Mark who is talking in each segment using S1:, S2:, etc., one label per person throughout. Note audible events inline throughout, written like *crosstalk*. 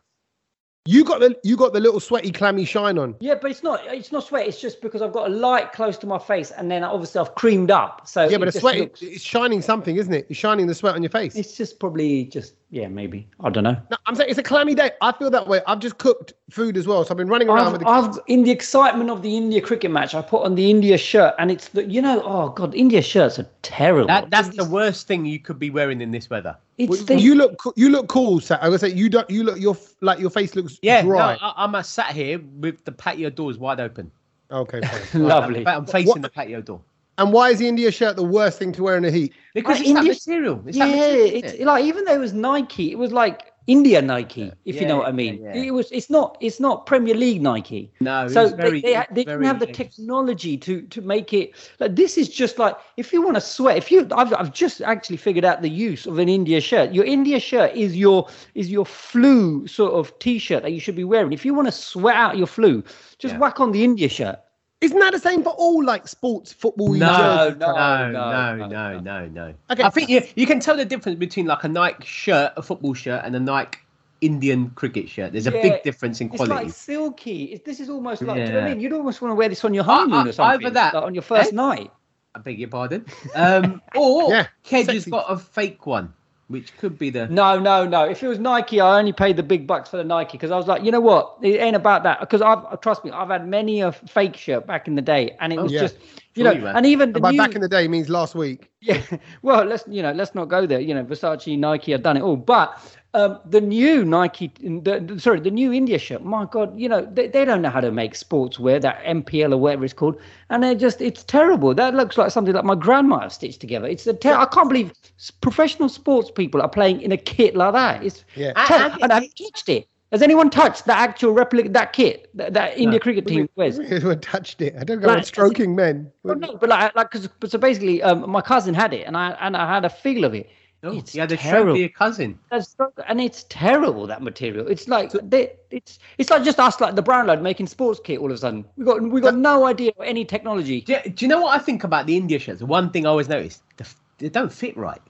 S1: You got the you got the little sweaty clammy shine on.
S2: Yeah, but it's not. It's not sweat. It's just because I've got a light close to my face, and then obviously I've creamed up. So
S1: Yeah, but the
S2: it just
S1: sweat
S2: looks-
S1: it's shining something, isn't it? It's shining the sweat on your face.
S2: it's just probably just yeah, maybe I don't know.
S1: No, I'm saying it's a clammy day. I feel that way. I've just cooked food as well, so I've been running around
S2: I've,
S1: with the
S2: I've in the excitement of the India cricket match, I put on the India shirt, and it's the you know oh god, India shirts are terrible.
S3: That, that's the worst thing you could be wearing in this weather.
S2: It's
S1: Well,
S2: the,
S1: you look co- you look cool, Sat. I was say you don't you look your f- like your face looks
S3: Yeah, no,
S1: dry.
S3: I, I'm uh, sat here with the patio doors wide open.
S1: okay, fine. *laughs*
S2: lovely.
S3: But I'm facing
S1: What-
S3: the patio door
S1: and why is the India shirt the worst thing to wear in the heat?
S3: because
S2: Right,
S3: it's that
S2: India-
S3: material. It's
S2: yeah,
S3: that material, isn't
S2: it's
S3: it?
S2: like even though it was Nike, it was like India Nike, if you
S3: Yeah,
S2: know what I
S3: yeah,
S2: mean.
S3: yeah.
S2: It was. It's not. It's not Premier League Nike.
S3: no.
S2: so
S3: it's very,
S2: they, they, ha-
S3: it's
S2: they didn't
S3: very
S2: have the
S3: loose.
S2: technology to to make it like this is just like if you want to sweat if you I've, I've just actually figured out the use of an india shirt your india shirt is your is your flu sort of t-shirt that you should be wearing if you want to sweat out your flu just
S3: Yeah.
S2: whack on the india shirt
S1: Isn't that the same for all like sports, football?
S3: No,
S2: jerseys.
S3: no,
S2: No, no,
S3: no, no,
S2: no,
S3: no, no, no,
S1: Okay.
S3: I think you you can tell the difference between like a Nike shirt, a football shirt, and a Nike Indian cricket shirt. There's a
S2: Yeah,
S3: big difference in
S2: it's
S3: quality.
S2: like silky it's, this is almost like do you know what I
S3: Yeah.
S2: mean you'd almost want to wear this on your honeymoon
S3: I-
S2: or something
S3: either that-
S2: like on your first
S3: eh?
S2: night
S3: I beg your pardon. *laughs* Um, or
S1: Yeah,
S3: Kedge has
S1: sexy.
S3: got a fake one, which could be the
S2: No, no, no. If it was Nike, I only paid the big bucks for the Nike because I was like, you know what? It ain't about that. Because I've trust me, I've had many a fake shirt back in the day, and it
S3: Oh,
S2: was
S1: yeah.
S2: just, you
S3: Sure
S2: know,
S3: you have.
S2: and even the
S1: By
S2: new,
S1: back in the day means last week.
S2: *laughs* yeah. Well, let's you know, let's not go there. You know, Versace, Nike, I've done it all, but. Um, the new Nike, the, the- sorry, the new India shirt. My God, you know they, they don't know how to make sportswear, that MPL or whatever it's called, and they just it's terrible. That looks like something that my grandma have stitched together. It's a ter- I can't believe s- professional sports people are playing in a kit like that. It's
S1: Yeah.
S2: I,
S3: And-
S2: and I've touched it. Has anyone touched the actual replica, that kit that, that India cricket team
S1: *laughs*
S2: wears?
S1: Everyone touched it. I don't go on
S2: Like-
S1: stroking men.
S2: Well, Oh, no, but like, like, 'cause- but so basically, um, my cousin had it, and I and I had a feel of it.
S3: Oh,
S2: it's
S3: yeah, the
S2: terrible.
S3: show for your cousin.
S2: That's so- and it's terrible that material. It's like they, it's it's like just us, like the brown lad making sports kit. All of a sudden, we got we got no idea of any technology.
S3: Do you, do you know what I think about the India shirts? One thing I always notice, the, f- they don't fit right.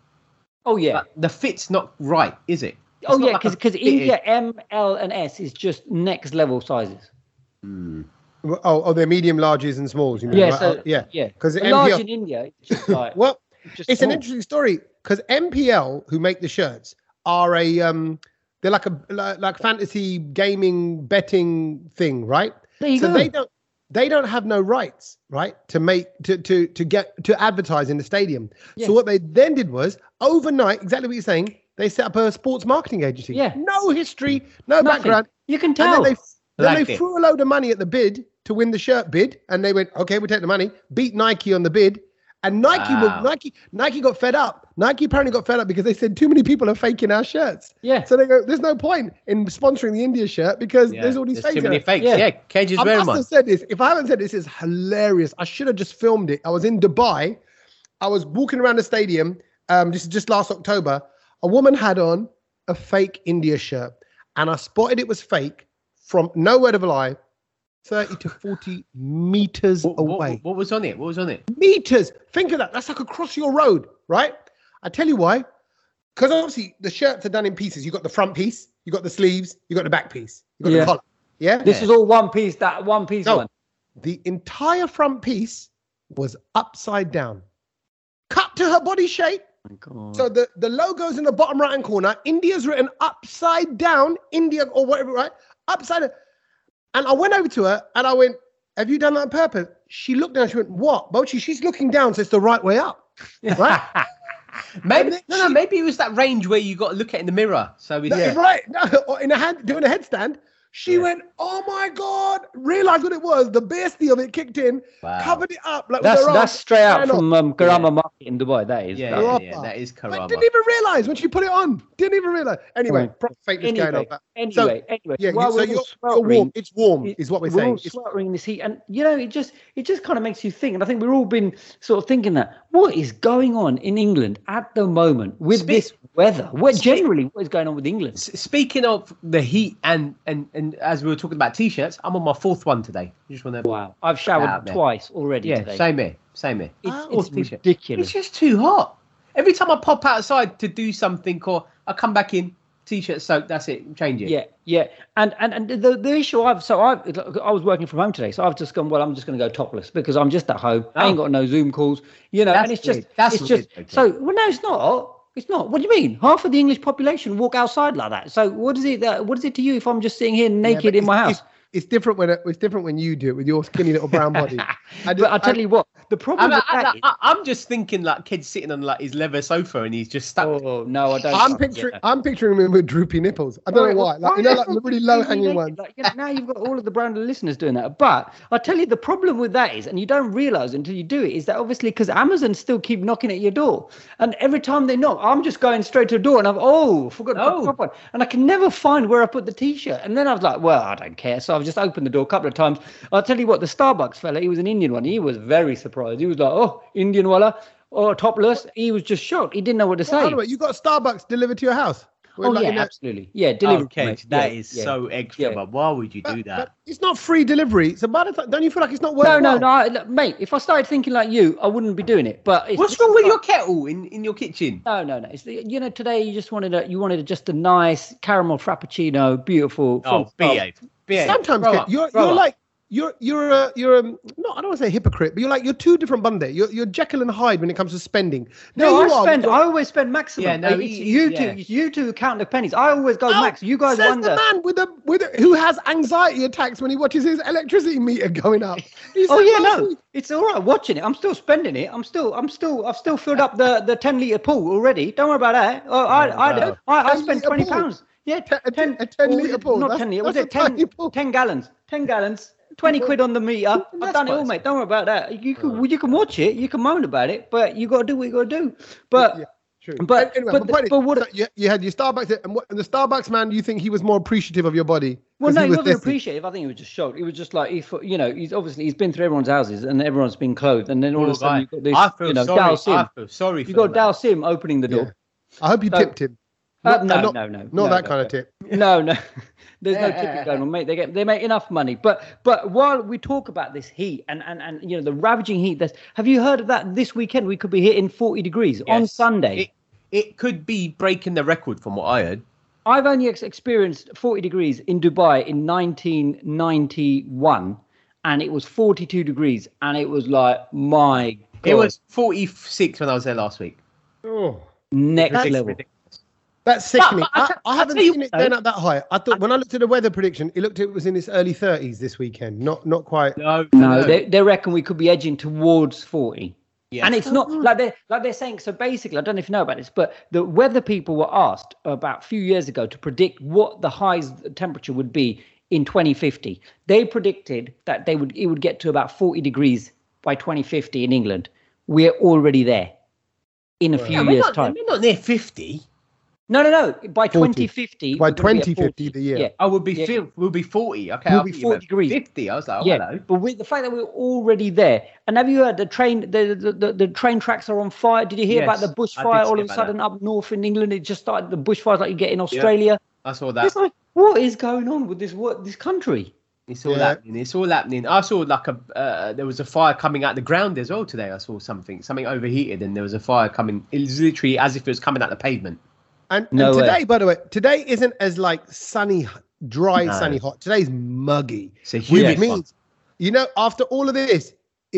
S2: Oh yeah,
S3: Like, the fit's not right, is it? It's
S2: oh
S3: not
S2: yeah,
S3: like a
S2: because because
S3: fitted-
S2: India M, L, and S is just next level sizes.
S3: Hmm.
S1: Oh, oh, they're medium, larges, and smalls. You mean,
S2: Yeah,
S1: right?
S2: so-
S1: Oh, yeah,
S2: yeah.
S1: Because
S2: But large
S1: MPL.
S2: in India,
S1: *coughs*
S2: it's just like
S1: Well,
S2: just
S1: it's an
S2: small.
S1: interesting story because MPL, who make the shirts, are a um, they're like a like, like fantasy gaming betting thing, right?
S2: There you
S1: so
S2: go.
S1: they don't they don't have no rights right to make to to to get to advertise in the stadium
S2: Yeah.
S1: so what they then did was overnight exactly what you're saying they set up a sports marketing agency
S2: Yeah.
S1: no history no
S2: Nothing.
S1: background
S2: You can
S1: and then
S2: tell.
S1: they then
S3: Like
S1: they
S3: it.
S1: threw a load of money at the bid to win the shirt bid and they went okay we'll take the money beat nike on the bid and Nike,
S3: Wow.
S1: will, Nike, Nike got fed up. Nike apparently got fed up because they said too many people are faking our shirts.
S2: Yeah.
S1: So they go, there's no point in sponsoring the India shirt because
S3: Yeah,
S1: there's all these fakes.
S3: too
S1: in
S3: many
S1: it."
S3: fakes.
S2: Yeah.
S3: Yeah, Cage is
S1: I
S3: wearing
S1: must
S3: one.
S1: have said this. If I haven't said this, it's hilarious. I should have just filmed it. I was in Dubai. I was walking around the stadium. Um, this is just last October. A woman had on a fake India shirt, and I spotted it was fake from no word of a lie, thirty to forty meters
S3: What, what-
S1: away.
S3: what was on it? What was on it?
S1: Meters. Think of that. That's like across your road, right? I tell you why. Because obviously the shirts are done in pieces. You got the front piece, you got the sleeves, you got the back piece, you got
S2: Yeah.
S1: the collar. Yeah.
S2: This is all one piece. That one piece
S1: No.
S2: one.
S1: the entire front piece was upside down. Cut to her body shape.
S2: *laughs*
S1: So the, the logo's in the bottom right hand corner. India's written upside down, India or whatever, right? Upside. And I went over to her and I went, Have you done that on purpose? She looked down, she went, What? Bochi, she's looking down, so it's the right way up. Right?
S3: Maybe
S1: And then
S3: no, no. Maybe it was that range where you got to look at it in the mirror. So we,
S1: That's
S3: yeah.
S1: right. *laughs* No, or in a hand, doing a headstand. She
S3: Yeah.
S1: went, oh my god! Realized what it was. The bestie of it kicked in,
S3: Wow.
S1: covered it up like with
S2: That's
S1: her arm.
S2: that's straight out
S1: Ran off.
S2: from um, Karama Market in Dubai. That is.
S3: yeah,
S2: that-
S3: yeah,
S1: Karama.
S3: yeah, that is
S1: But
S3: Karama.
S1: didn't even realize when she put it on. Didn't even realize. Anyway,
S2: Right.
S1: proper fakeness going on.
S2: Hmm. Anyway,
S1: But So-
S2: anyway, anyway.
S1: yeah, you,
S2: while
S1: so
S2: we're
S1: you're, you're
S2: all
S1: warm.
S2: sweltering-
S1: It's warm,
S2: it-
S1: is what we're
S2: we're all
S1: saying. It's-
S2: sweltering in this heat, and you know, it just it just kind of makes you think. And I think we've all been sort of thinking that what is going on in England at the moment with
S3: Speak-
S2: this weather? What generally what is going on with England?
S3: S- Speaking of the heat and and and as we were talking about t-shirts, I'm on my fourth one today. You just want to.
S2: Wow, I've showered
S3: Ah, man.
S2: twice already
S3: Yeah,
S2: today.
S3: same here. Same here.
S2: It's,
S3: Ah,
S1: Oh,
S2: it's
S3: or t-shirt.
S2: ridiculous.
S3: It's just too hot. Every time I pop outside to do something or I come back in, t-shirt soaked. That's it. Change it.
S2: Yeah, yeah, and and and the the issue I've so I I was working from home today, so I've just gone. Well, I'm just going to go topless because I'm just at home. I ain't
S3: Oh.
S2: got no Zoom calls, you know. and
S3: That's
S2: it's just
S3: weird. That's
S2: it's just
S3: weird, okay.
S2: so. Well, no, it's not. It's not. What do you mean? Half of the English population walk outside like that. So what is it? That, what is it to you if I'm just sitting here
S1: Yeah, but
S2: naked in
S1: it's-
S2: my house?
S1: It's, it's different when it, it's different when you do it with your skinny little brown
S2: *laughs*
S1: body. I
S2: but I tell you what, the problem
S3: I'm,
S2: with
S3: I-
S2: that is.
S3: I- I'm just thinking like kids sitting on like his leather sofa and he's just stuck.
S2: Oh no, I don't.
S1: I'm
S2: yeah.
S1: picturing I'm picturing him with droopy nipples. I don't know why. Like you know, like the really low hanging ones.
S2: Like, you know, now you've got all of the brand listeners doing that. But I tell you, the problem with that is, and you don't realize until you do it, is that obviously because Amazon still keep knocking at your door, and every time they knock, I'm just going straight to the door, and I'm oh, forgot to put the
S3: Oh.
S2: top on, and I can never find where I put the T-shirt. And then I was like, well, I don't care, so I've just opened the door a couple of times. I'll tell you what, the Starbucks fella, he was an Indian one, he was very surprised. He was like, oh, Indian walla. Oh, topless. He was just shocked. He didn't know what to say.
S1: Hold on, wait, you got Starbucks delivered to your house. We're
S2: Oh,
S1: like
S2: yeah,
S1: in a-
S2: absolutely. Yeah, delivery.
S3: okay,
S2: mate.
S3: that
S2: Yeah,
S3: is
S2: yeah.
S3: so extra.
S2: yeah.
S3: But why would you
S1: but-
S3: do that?
S1: but it's not free delivery. So by the time, don't you feel like it's not
S2: No,
S1: worthwhile?
S2: no, no, I, look, mate. If I started thinking like you, I wouldn't be doing it. But it's,
S3: What's wrong with your kettle in, in your kitchen?
S2: No, no, no. It's the, you know, today you just wanted a, you wanted just a nice caramel frappuccino, beautiful.
S3: Oh,
S2: from-
S3: behave, behave.
S1: Sometimes
S3: Grow
S1: Kate,
S3: up,
S1: you're
S3: grow
S1: you're
S3: up.
S1: like you're you're a you're um no I don't want to say hypocrite but you're like you're two different bum there you're you're Jekyll and Hyde when it comes to spending. There
S2: No,
S1: you
S2: I
S1: are.
S2: spend. I always spend maximum.
S3: Yeah, no,
S2: It's
S3: he-
S2: you
S3: yeah.
S2: two, it's you two who count the pennies. I always go
S1: Oh,
S2: max. You guys
S1: Says
S2: wonder.
S1: the man with a with a, who has anxiety attacks when he watches his electricity meter going
S2: *laughs*
S1: up. He
S2: Oh
S1: said
S2: yeah,
S1: last
S2: no,
S1: week-
S2: it's all right. Watching it, I'm still spending it. I'm still, I'm still, I've still filled up the the ten liter pool already. Don't worry about that. Oh, I,
S3: Oh,
S2: I,
S3: wow.
S2: I, I
S1: 10
S2: spent
S1: litre
S2: twenty
S1: pool.
S2: pounds. Yeah,
S1: Te- a
S2: ten,
S1: te- a 10
S2: or was
S1: litre
S2: it-
S1: pool.
S2: Not
S1: That's-
S2: ten liter. Was
S1: that's
S2: it
S1: a tiny
S2: 10,
S1: pool.
S2: 10 gallons? Ten gallons. Twenty quid on the meter. I've
S3: That's
S2: done it all,
S3: nice.
S2: mate. Don't worry about that. You can, you can watch it. You can moan about it, but you got to do what you got to do. But
S1: Yeah, true.
S2: but-
S1: An- anyway,
S2: but
S1: my
S2: the-
S1: point is,
S2: but what-
S1: so you, you had your Starbucks and, what, and the Starbucks man. You think he was more appreciative of your body?
S2: Well,
S1: 'cause
S2: no, he,
S1: was
S2: wasn't
S1: listening.
S2: appreciative. I think he was just shocked. He was just like, he thought, you know, he's obviously he's been through everyone's houses and everyone's been clothed, and then all of a
S3: Poor guy.
S2: sudden you've got this,
S3: I feel
S2: you know,
S3: sorry.
S2: Dow Sim.
S3: I feel sorry.
S2: You've
S3: for
S2: got
S3: the
S2: Dow
S3: man.
S2: Sim opening the door.
S1: I hope you
S2: So-
S1: tipped him.
S2: Uh,
S1: Not-
S2: no,
S1: not-
S2: no, no,
S1: not
S2: no,
S1: that
S2: no,
S1: kind
S2: no.
S1: of tip.
S2: *laughs* No, no, there's no tipping going on, mate. They get they make enough money, but but while we talk about this heat and and and you know the ravaging heat, that's have you heard of that? This weekend we could be hitting 40 degrees on
S3: Yes.
S2: Sunday.
S3: It, it could be breaking the record from what I heard.
S2: I've only ex- experienced 40 degrees in Dubai in 1991, and it was 42 degrees, and it was like my god,
S3: It was 46 when I was there last week.
S1: Oh.
S2: next
S3: Ridiculous,
S2: level.
S3: ridiculous.
S1: That's sickening.
S3: I
S1: I
S3: te-
S1: I,
S3: I
S1: haven't
S3: tell you
S1: seen it going up that high. I thought when I looked at the weather prediction, it looked it was in its early 30s this weekend. Not not quite.
S3: No,
S2: No, they, they reckon we could be edging towards 40.
S3: Yeah.
S2: And it's not like they're like they're saying. So basically, I don't know if you know about this, but the weather people were asked about a few years ago to predict what the highest temperature would be in 2050. They predicted that they would it would get to about 40 degrees by 2050 in England. We're already there in a few
S3: Yeah, we're,
S2: years'
S3: not,
S2: time.
S3: we're not near 50.
S2: No, no, no. By 2050.
S1: By
S2: we're gonna be at
S1: 2050,
S2: 40.
S1: the year.
S2: Yeah.
S3: I would be
S2: Yeah.
S3: fif- Oh, we'll be 40. Okay,
S2: We'll
S3: I
S2: be
S3: thought you meant
S2: 40 degrees.
S3: 50. I was like, oh,
S2: yeah,
S3: hello.
S2: but with the fact that we're already there, and have you heard the train? The the, the, the train tracks are on fire. Did you hear about
S3: Yes,
S2: the
S3: I did
S2: bushfire all
S3: hear
S2: of a
S3: about
S2: sudden up north in England? It just started the bushfires like you get in Australia.
S3: I saw that.
S2: It's like, what is going on with this what this country?
S3: It's all
S1: Yeah.
S3: happening. It's all happening. I saw like a uh, there was a fire coming out the ground as well today. I saw something something overheated and there was a fire coming. It was literally as if it was coming out the pavement.
S1: And,
S2: No
S1: and
S2: way.
S1: today, by the way, today isn't as like sunny, dry,
S3: No.
S1: sunny hot. Today's muggy.
S3: It's a
S1: Which
S3: huge one.
S1: means, you know, after all of this,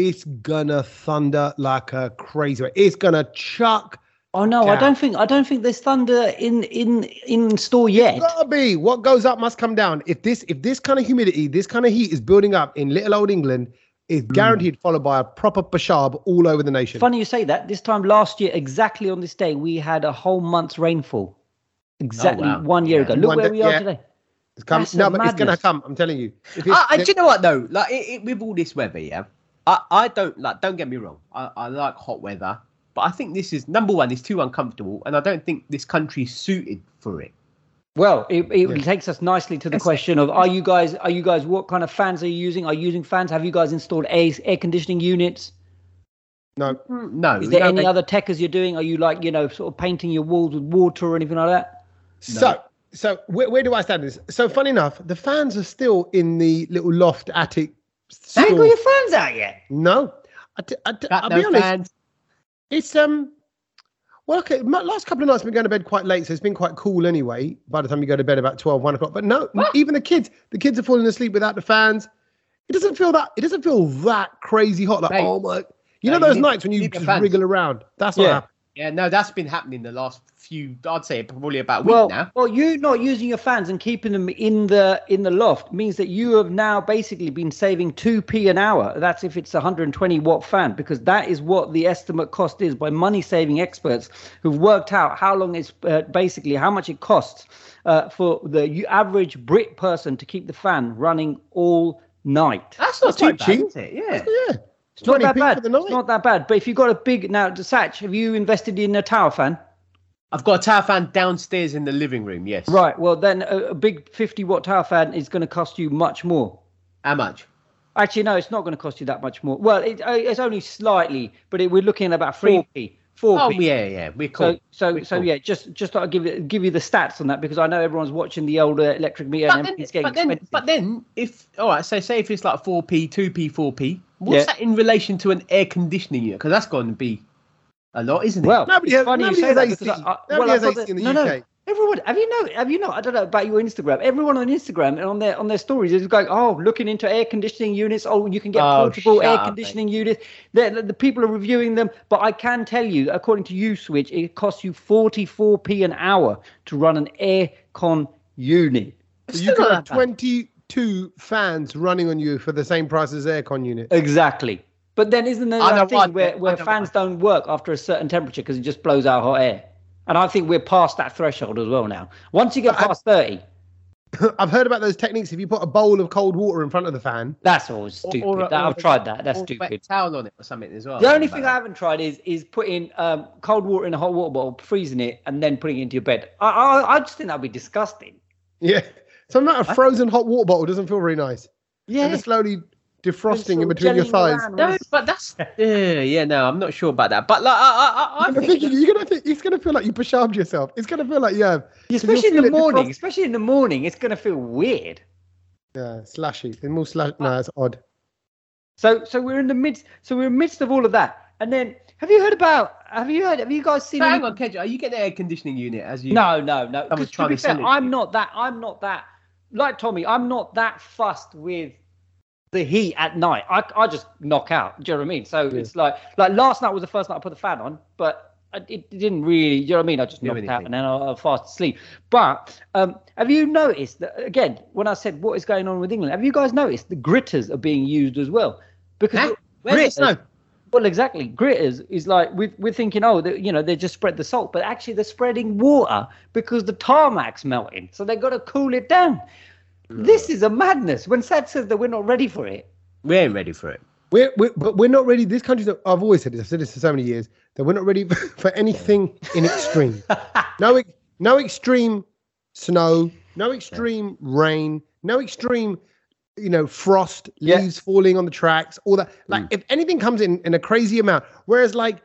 S1: it's gonna thunder like a crazy. way. It's gonna chuck
S2: Oh no, I
S1: Yeah.
S2: don't think I don't think there's thunder in in in store yet.
S1: gotta be. What goes up must come down. If this if this kind of humidity, this kind of heat is building up in little old England, is
S2: Mm.
S1: guaranteed, followed by a proper peshab all over the nation.
S2: Funny you say that. This time last year, exactly on this day, we had a whole month's rainfall. Exactly
S3: Oh, wow.
S2: one year
S3: Yeah.
S2: ago. Look
S1: One
S2: where
S1: day-
S2: we are
S1: yeah.
S2: today.
S1: It's come,
S2: that's
S1: no,
S2: a
S1: but it's gonna
S2: madness.
S1: come. I'm telling you. If it's-
S3: Ah, I, I, do you know what though? Like it, it, with all this weather, yeah. I, I don't like. Don't get me wrong. I, I like hot weather, but I think this is number one. It's too uncomfortable, and I don't think this country's suited for it.
S2: Well, it, it
S1: Yeah.
S2: takes us nicely to the
S3: It's-
S2: question of are you guys are you guys what kind of fans are you using? Are you using fans? Have you guys installed air, air conditioning units?
S1: no,
S3: Mm, No.
S2: Hmm. Is there
S3: no,
S2: any
S3: they-
S2: other techers you're doing? Are you like you know sort of painting your walls with water or anything like that?
S1: So, so where, where do I stand in this? So, funny enough, the fans are still in the little loft attic. store.
S2: fans out yet.
S1: No, I t- I t-
S3: Got
S1: I'll
S3: no
S1: be honest.
S3: fans.
S1: It's um, well, okay. My last couple of nights I've been going to bed quite late, so it's been quite cool anyway. By the time you go to bed, about 12, 1 o'clock. But no, even the kids, the kids are falling asleep without the fans. It doesn't feel that. It doesn't feel that crazy hot. Like
S3: Mate.
S1: oh my, you
S3: No,
S1: know
S3: you
S1: those
S3: need-
S1: nights when you
S3: need the
S1: just
S3: fans.
S1: wriggle around. That's what
S2: Yeah.
S1: happened.
S3: Yeah, no, that's been happening the last few. I'd say probably about a week
S2: Well,
S3: now.
S2: well, you not using your fans and keeping them in the in the loft means that you have now basically been saving two p an hour. That's if it's a 120 watt fan, because that is what the estimate cost is by money saving experts who've worked out how long it's uh, basically how much it costs uh, for the you- average Brit person to keep the fan running all night.
S3: That's not
S1: quite bad,
S3: too
S1: is
S3: cheap. is it? Yeah.
S1: Yeah,
S2: It's not
S1: 20p
S2: that bad.
S1: for the night.
S2: It's not that bad. But if you've got a big now, Satch, have you invested in a tower fan?
S3: I've got a tower fan downstairs in the living room. Yes.
S2: Right. Well, then a, a big 50 watt tower fan is going to cost you much more.
S3: How much?
S2: Actually, no, it's not going to cost you that much more. Well, it, uh, it's only slightly, but it, we're looking at about 3p, 4p.
S3: Oh yeah, yeah. We're cool.
S2: So, so,
S3: We're
S2: so
S3: cool.
S2: yeah. Just, just thought I'd give you- give you the stats on that because I know everyone's watching the older electric meter
S3: But
S2: and
S3: then,
S2: everything's getting
S3: but then,
S2: expensive.
S3: but then, if all right, so say if it's like four p, two p, four p, what's
S2: Yeah.
S3: that in relation to an air conditioning unit? Because that's going to be a lot, isn't it?
S2: Well,
S1: Nobody
S2: it's
S1: has-
S2: funny you
S1: nobody
S2: say
S1: has
S2: that
S1: AC.
S2: because I- I-
S1: Nobody
S2: well, I
S1: has
S2: thought
S1: AC in the
S2: no, no,
S1: UK.
S2: everyone, have you know? Have you know? I don't know about your Instagram. Everyone on Instagram and on their on their stories is going, oh, looking into air conditioning units. Oh, you can get
S3: Oh,
S2: portable
S3: shut
S2: air
S3: up, mate.
S2: conditioning units. they the people are reviewing them, but I can tell you, according to you, Switch, it costs you forty four p an hour to run an air con unit.
S3: It's
S1: you
S3: still
S1: could
S3: not
S1: have
S3: that bad.
S1: 22 fans running on you for the same price as aircon unit. *laughs*
S2: Exactly. But then isn't there
S3: I know
S2: that thing
S3: what, yeah,
S2: where,
S3: I
S2: where
S3: know
S2: fans don't work after a certain temperature because it just blows out hot air? And I think we're past that threshold as well now. Once you get
S1: But I-
S2: past 30,
S1: I've heard about those techniques. If you put a bowl of cold water in front of the fan, *laughs*
S2: that's all
S3: Or-
S2: stupid.
S3: or a-
S2: That-
S3: or
S2: I've
S3: a-
S2: tried that. That's
S3: or a wet
S2: stupid.
S3: towel on it or something as well.
S2: The only thing I
S3: But-
S2: haven't tried is is putting um, cold water in a hot water bottle, freezing it, and then putting it into your bed. I I, I just think that'd be disgusting.
S1: yeah, some amount of frozen hot water bottle doesn't feel very nice.
S2: Yeah.
S1: And it's slowly defrosting in
S2: Sort
S1: between
S2: of
S1: your
S2: jellying
S1: thighs.
S2: around.
S3: No, but that's yeah, yeah. No, I'm not sure about that. But like, I, I, I, I
S1: I'm
S3: think
S1: thinking you're gonna think it's gonna feel like you peshabed yourself. It's gonna feel like you have
S2: Especially in
S1: feel
S2: the
S1: it
S2: morning.
S1: defrost-
S2: Especially in the morning, it's gonna feel weird.
S1: yeah, slashy. It's more slash. No, it's odd.
S2: So so we're in the midst. So we're in the midst of all of that. And then have you heard about? Have you heard? Have you guys seen?
S3: So
S2: any-
S3: hang on, Kedge, are you getting an air conditioning unit as you?
S2: No, no, no.
S3: Someone's
S2: 'Cause To
S3: trying
S2: be
S3: to
S2: fair,
S3: sell it to
S2: I'm
S3: you.
S2: not that. I'm not that. Like Tommy, I'm not that fussed with the heat at night. I, I just knock out. Do you know what I mean? So it's like like last night was the first night I put the fan on, but I, it didn't really. Do you know what I mean? I just
S3: Do
S2: knocked out
S3: anything.
S2: and then I, I was fast asleep. But um, have you noticed that again? When I said what is going on with England, have you guys noticed the gritters are being used as well? Because
S3: Huh? Where's the
S2: gritters-
S3: snow?
S2: well, exactly. Gritters is like we we're thinking, oh, they, you know, they just spread the salt, but actually they're spreading water because the tarmac's melting, so they've got to cool it down. This is a madness. When Sad says that we're not ready for it,
S3: We ain't ready for it.
S1: We're, we're but we're not ready. This country's. not- I've always said this. I've said this for so many years that we're not ready *laughs* for anything in extreme. no, ex- no extreme snow. No extreme rain. No extreme, you know, frost,
S2: Yeah.
S1: leaves falling on the tracks, all that. Like if anything comes in in a crazy amount, whereas like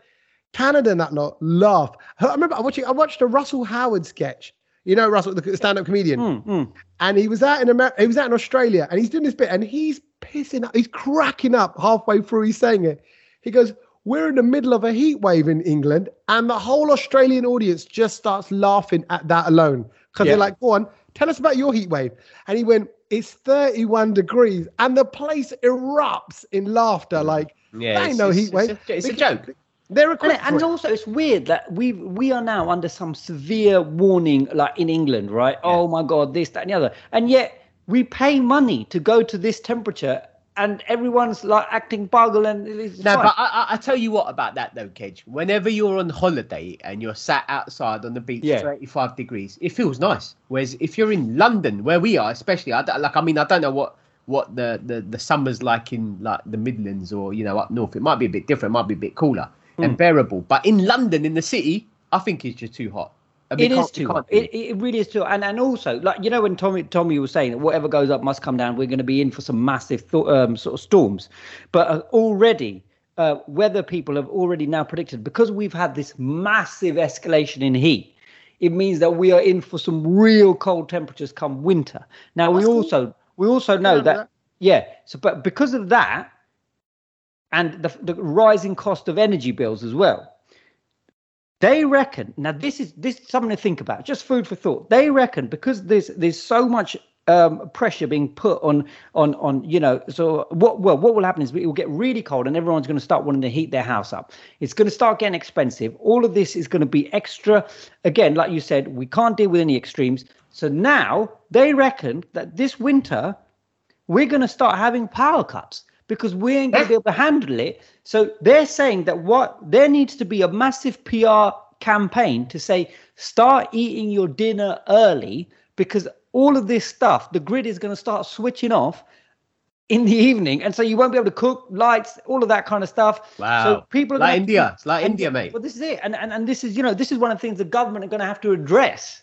S1: Canada and that lot laugh. I remember I watching. I watched a Russell Howard sketch. You know Russell, the stand-up comedian
S2: Mm, mm.
S1: and he was out in America, he was out in Australia, and he's doing this bit, and he's pissing up, he's cracking up halfway through. He's saying it. He goes, "We're in the middle of a heat wave in England, and the whole Australian audience just starts laughing at that alone because
S2: Yeah.
S1: they're like, go on, tell us about your heat wave." And he went, "It's 31 degrees," and the place erupts in laughter, like
S3: Mm. Yeah,
S1: That ain't
S3: it's-
S1: no
S3: it's-
S1: heat wave.
S3: It's, a, it's a
S1: Because-
S3: joke.
S1: they're a
S2: and,
S1: quick
S2: it- and also it's weird that we we are now under some severe warning, like in England, right? Oh my God, this, that, and the other, and yet we pay money to go to this temperature and everyone's like acting buggle and it's
S3: No,
S2: fine.
S3: but I, I, I tell you what about that though, Kedge. Whenever you're on holiday and you're sat outside on the beach,
S2: Yeah.
S3: 35 degrees, it feels nice. Whereas if you're in London, where we are, especially, I don't, like I mean, I don't know what what the, the the summer's like in like the Midlands or you know up north. It might be a bit different, it might be a bit cooler and bearable. But in London, in the city, I think it's just too hot. And we
S2: it is
S3: can't- we
S2: too
S3: can't
S2: hot.
S3: do
S2: It, it really is too. And and also, like you know, when Tommy Tommy was saying that whatever goes up must come down, we're going to be in for some massive th- um, sort of storms. But uh, already, uh, weather people have already now predicted because we've had this massive escalation in heat. It means that we are in for some real cold temperatures come winter. Now we
S1: That's cool.
S2: also we also know
S1: remember
S2: that,
S1: that.
S2: yeah. So but because of that, and the, the rising cost of energy bills as well. They reckon now this is this is something to think about. Just food for thought. They reckon because there's there's so much um, pressure being put on on on you know so what well what will happen is it will get really cold and everyone's going to start wanting to heat their house up. It's going to start getting expensive. All of this is going to be extra. Again, like you said, we can't deal with any extremes. So now they reckon that this winter we're going to start having power cuts because we ain't going to be able to handle it. So they're saying that what there needs to be a massive PR campaign to say start eating your dinner early because all of this stuff, the grid is going to start switching off in the evening, and so you won't be able to cook lights, all of that kind of stuff.
S3: Wow.
S2: So people are
S3: Like
S2: gonna-
S3: India. It's like
S2: and-
S3: India, mate.
S2: Well, this is it, and, and and this is you know this is one of the things the government are going to have to address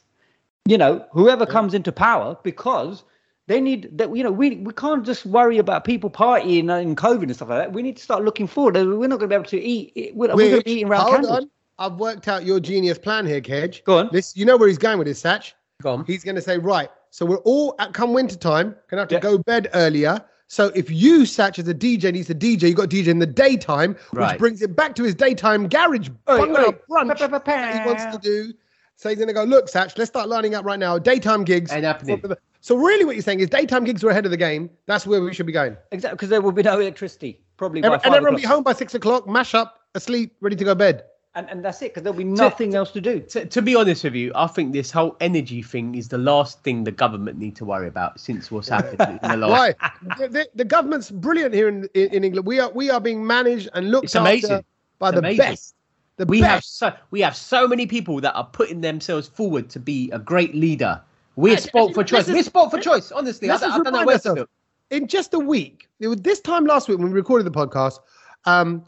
S2: you know whoever comes into power because they need that you know we we can't just worry about people partying and covid and stuff like that we need to start looking forward we're not going to be able to eat we're, we're going to
S1: Which-
S2: be eating around
S1: hold
S2: candles
S1: on. I've worked out your genius plan here, Kedge.
S2: Go on.
S1: This, you know where he's going with this, Satch.
S3: Go on.
S1: He's going to say, right, so we're all at come winter time, gonna have to
S2: Yeah.
S1: go bed earlier. So if you, Satch, as a DJ, needs to DJ, you got DJ in the daytime,
S3: Right.
S1: which brings it back to his daytime garage
S2: Oi,
S1: bungalow
S2: oi.
S1: brunch
S2: Pa, pa, pa, pa.
S1: that he wants to do. So he's gonna go, look, Satch, let's start lining up right now. Daytime gigs.
S3: Ain't happening.
S1: So really, what you're saying is daytime gigs were ahead of the game. That's where we should be going.
S2: exactly because there will be no electricity probably by
S1: Every-
S2: five
S1: and everyone be
S2: o'clock.
S1: home by six o'clock, mash up, asleep, ready to go bed.
S2: and and that's it because there'll be nothing else to do
S3: to, to be honest with you, I think this whole energy thing is the last thing the government need to worry about since what's happened in
S1: *laughs*
S3: the
S2: Oh.
S3: last.
S1: Why? the, the- the government's brilliant here in, in, in England. We are we are being managed and looked
S3: It's
S1: after
S3: amazing.
S1: by
S3: It's
S1: the
S3: amazing.
S1: best. The
S3: We have
S1: best.
S3: so we have so many people that are putting themselves forward to be a great leader. We're
S1: And-
S3: spoilt
S1: and
S3: for
S1: this
S3: choice.
S1: is-
S3: We're spoilt for choice. Honestly, I
S1: Let's
S3: don't, I
S1: just
S3: don't know
S1: remind
S3: where to
S1: ourselves.
S3: look.
S1: In just a week, it was this time last week when we recorded the podcast, um,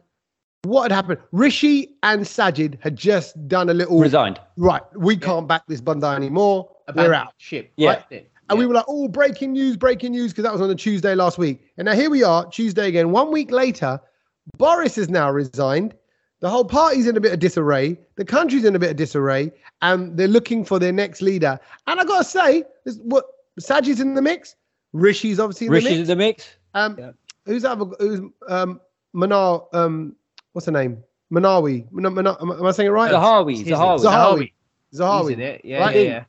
S1: what had happened? Rishi and Sajid had just done a little
S2: resigned
S1: Right, we can't back this bunda anymore.
S3: Abandon
S1: We're out.
S3: Ship.
S2: Yeah.
S3: Right? And
S1: And we were like, oh, breaking news, breaking news, because that was on a Tuesday last week. And now here we are, Tuesday again. One week later, Boris has now resigned. The whole party's in a bit of disarray. The country's in a bit of disarray. And they're looking for their next leader. And I got to say, this, what Sajid's in the mix. Rishi's obviously in the
S2: Rishi's
S1: mix.
S2: in the mix
S1: Um,
S3: Yeah.
S1: Who's that? other- Who's um, Manar? Um, what's her name? Manawi. Mana- Mana- am, am I saying it right?
S2: Zahawi Zahawi
S1: Zahawi.
S3: Zahawi. He's in
S1: Zahawi.
S3: it. Yeah,
S1: Right.
S3: yeah, yeah.